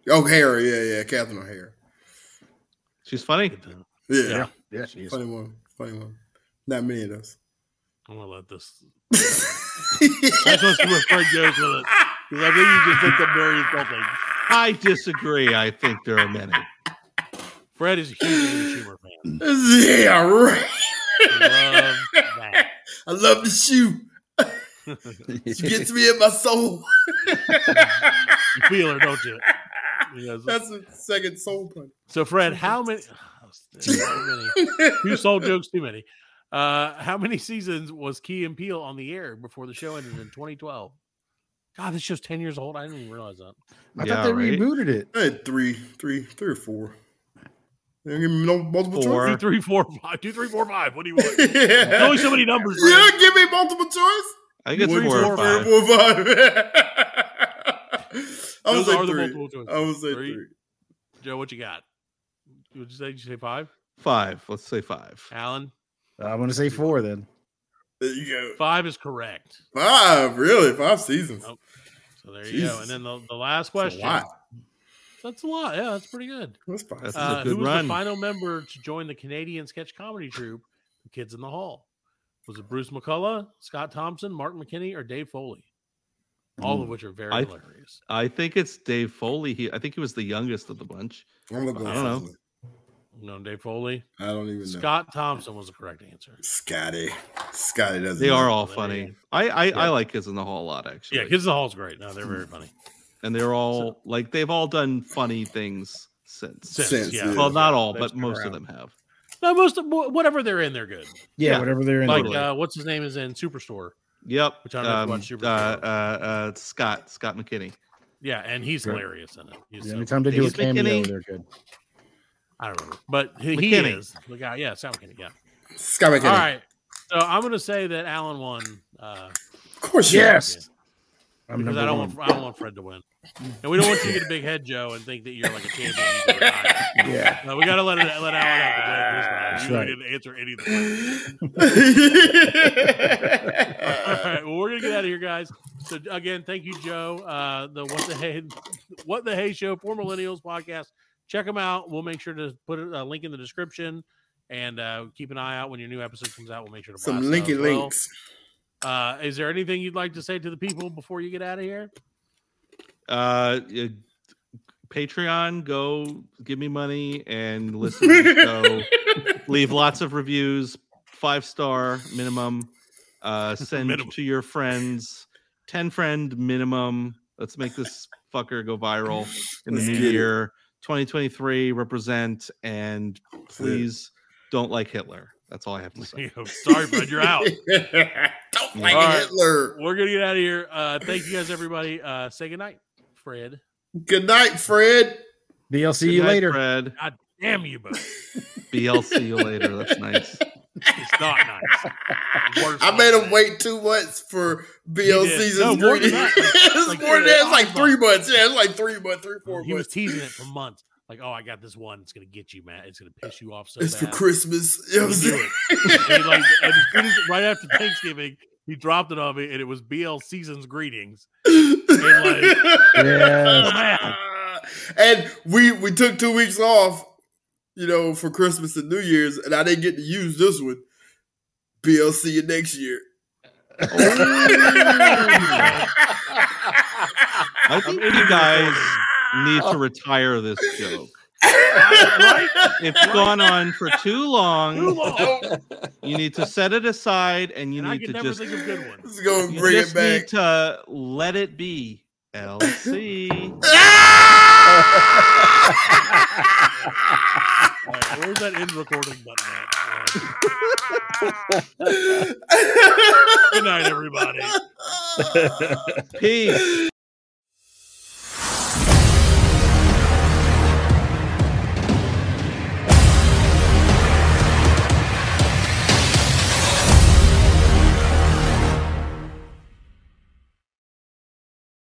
O'Hara, yeah, Oh, yeah, Catherine O'Hara. She's funny. Good time. Yeah. Yeah. Yeah, she is. Funny one. Funny one. Not many of those. I'm going to let this. I just want to see where Fred goes with it. 'Cause I think you just picked up very insulting. I disagree. I think there are many. Fred is a huge Amy Schumer fan. yeah, right. Love that. I love the shoe. She gets me in my soul. You feel her, don't you? You know, so- That's the second soul pun. So, Fred, how many? so many. Two soul jokes too many. Uh, how many seasons was Key and Peele on the air before the show ended in 2012? God, this show's 10 years old. I didn't even realize that. I Yeah, thought they right? rebooted it. I had three, three, three or four. They don't give me no multiple Four. Two, three, four, five. Two, three, four, five. What do you want? choice. There's only yeah. so many numbers. Fred. yeah, give me multiple choice. I think it's Would four you- or five. Four, five. I would Those say are the three. Oh. multiple I choices. would say Three. three. Joe, what you got? Would you say? Did you say five? Five. Let's say five. Alan, I'm gonna say four then. There you go. five is correct. Five, really? Five seasons. Nope. So there you go. Jesus. And then the, the last That's a question. lot. That's a lot. Yeah, that's pretty good. That's five. That's- This is a Uh, good who was run. the final member to join the Canadian sketch comedy troupe, The Kids in the Hall? Was it Bruce McCullough, Scott Thompson, Mark McKinney, or Dave Foley? All of which are very I- hilarious. I think it's Dave Foley. He. I think he was the youngest of the bunch. I'm gonna go I don't know. Foley. You know Dave Foley. I don't even know. Scott Thompson was the correct answer. Scotty. Scotty doesn't. They know. are all Hilarious. funny. I I, I like Kids in the Hall a lot actually. Yeah, Kids in the Hall's great. No, they're very funny. and they're all like they've all done funny things since. Since, Since, yeah. yeah. Well, not all, They've but stuck most around. of them have. No, most of, wh- whatever they're in, they're good. Yeah, Yeah. whatever they're in. Like Totally. uh, what's his name is in Superstore. Yep. Which I don't know if you watch uh, Superstore. uh, uh, Scott Scott McKinney. Yeah, and he's Yeah. hilarious in it. He's so- Anytime they do a He's cameo, McKinney. they're good. I don't remember, but he, he McKinney. is the guy. Yeah, Scott McKinney. Yeah. Scott McKinney. All right. So I'm gonna say that Alan won uh, Of course, you are. Yes. I'm because number I don't one. want I don't want Fred to win, and we don't want you to get a big head, Joe, and think that you're like a champion. you're not. yeah. No, we gotta let it, let Alan have the That's day. right. You didn't answer any of the questions. All right. Well, we're gonna get out of here, guys. So again, thank you, Joe. Uh, the what the hey, what the hey show for millennials podcast. Check them out. We'll make sure to put a link in the description, and uh, keep an eye out when your new episode comes out. We'll make sure to Some blast linky those. Well, links. Uh, is there anything you'd like to say to the people before you get out of here? Uh, uh, Patreon, go give me money and listen. to the show. leave lots of reviews, five star minimum. Uh, send Minimum. to your friends, ten friend minimum. Let's make this fucker go viral in the Let's new get it. year, 2023. Represent and please don't like Hitler. That's all I have to say. Sorry, Fred, you're out. Don't like All right. Hitler. We're gonna get out of here. Uh, thank you guys, everybody. Uh, say goodnight, Fred. Good night, Fred. BL see Good you night, later. Fred. Damn you both. BLC you later. That's nice. It's not nice. Worst I made him holiday. wait two months for BL did. season No, more three. than that. it's Like, more than yeah, that. It's like awesome. three months. Yeah, it's like three months, three, four He was months. teasing it for months. Like, oh, I got this one. It's gonna get you, man. It's gonna piss you off so It's for bad. Christmas. You know what I'm He knew saying? it. And he, like, and as soon as- right after Thanksgiving, he dropped it on me, and it was BL season's greetings. Yes. and we we took two weeks off, you know, for Christmas and New Year's, and I didn't get to use this one. BLC you next year. I think you guys Oh. need to retire this joke. It's gone on for too long. Too long. You need to set it aside and you and I need can to never just, think of good ones. Let's go and you bring it just back. need to let it be. LC. Like, where's that end recording button at? Like, good night, everybody. Peace.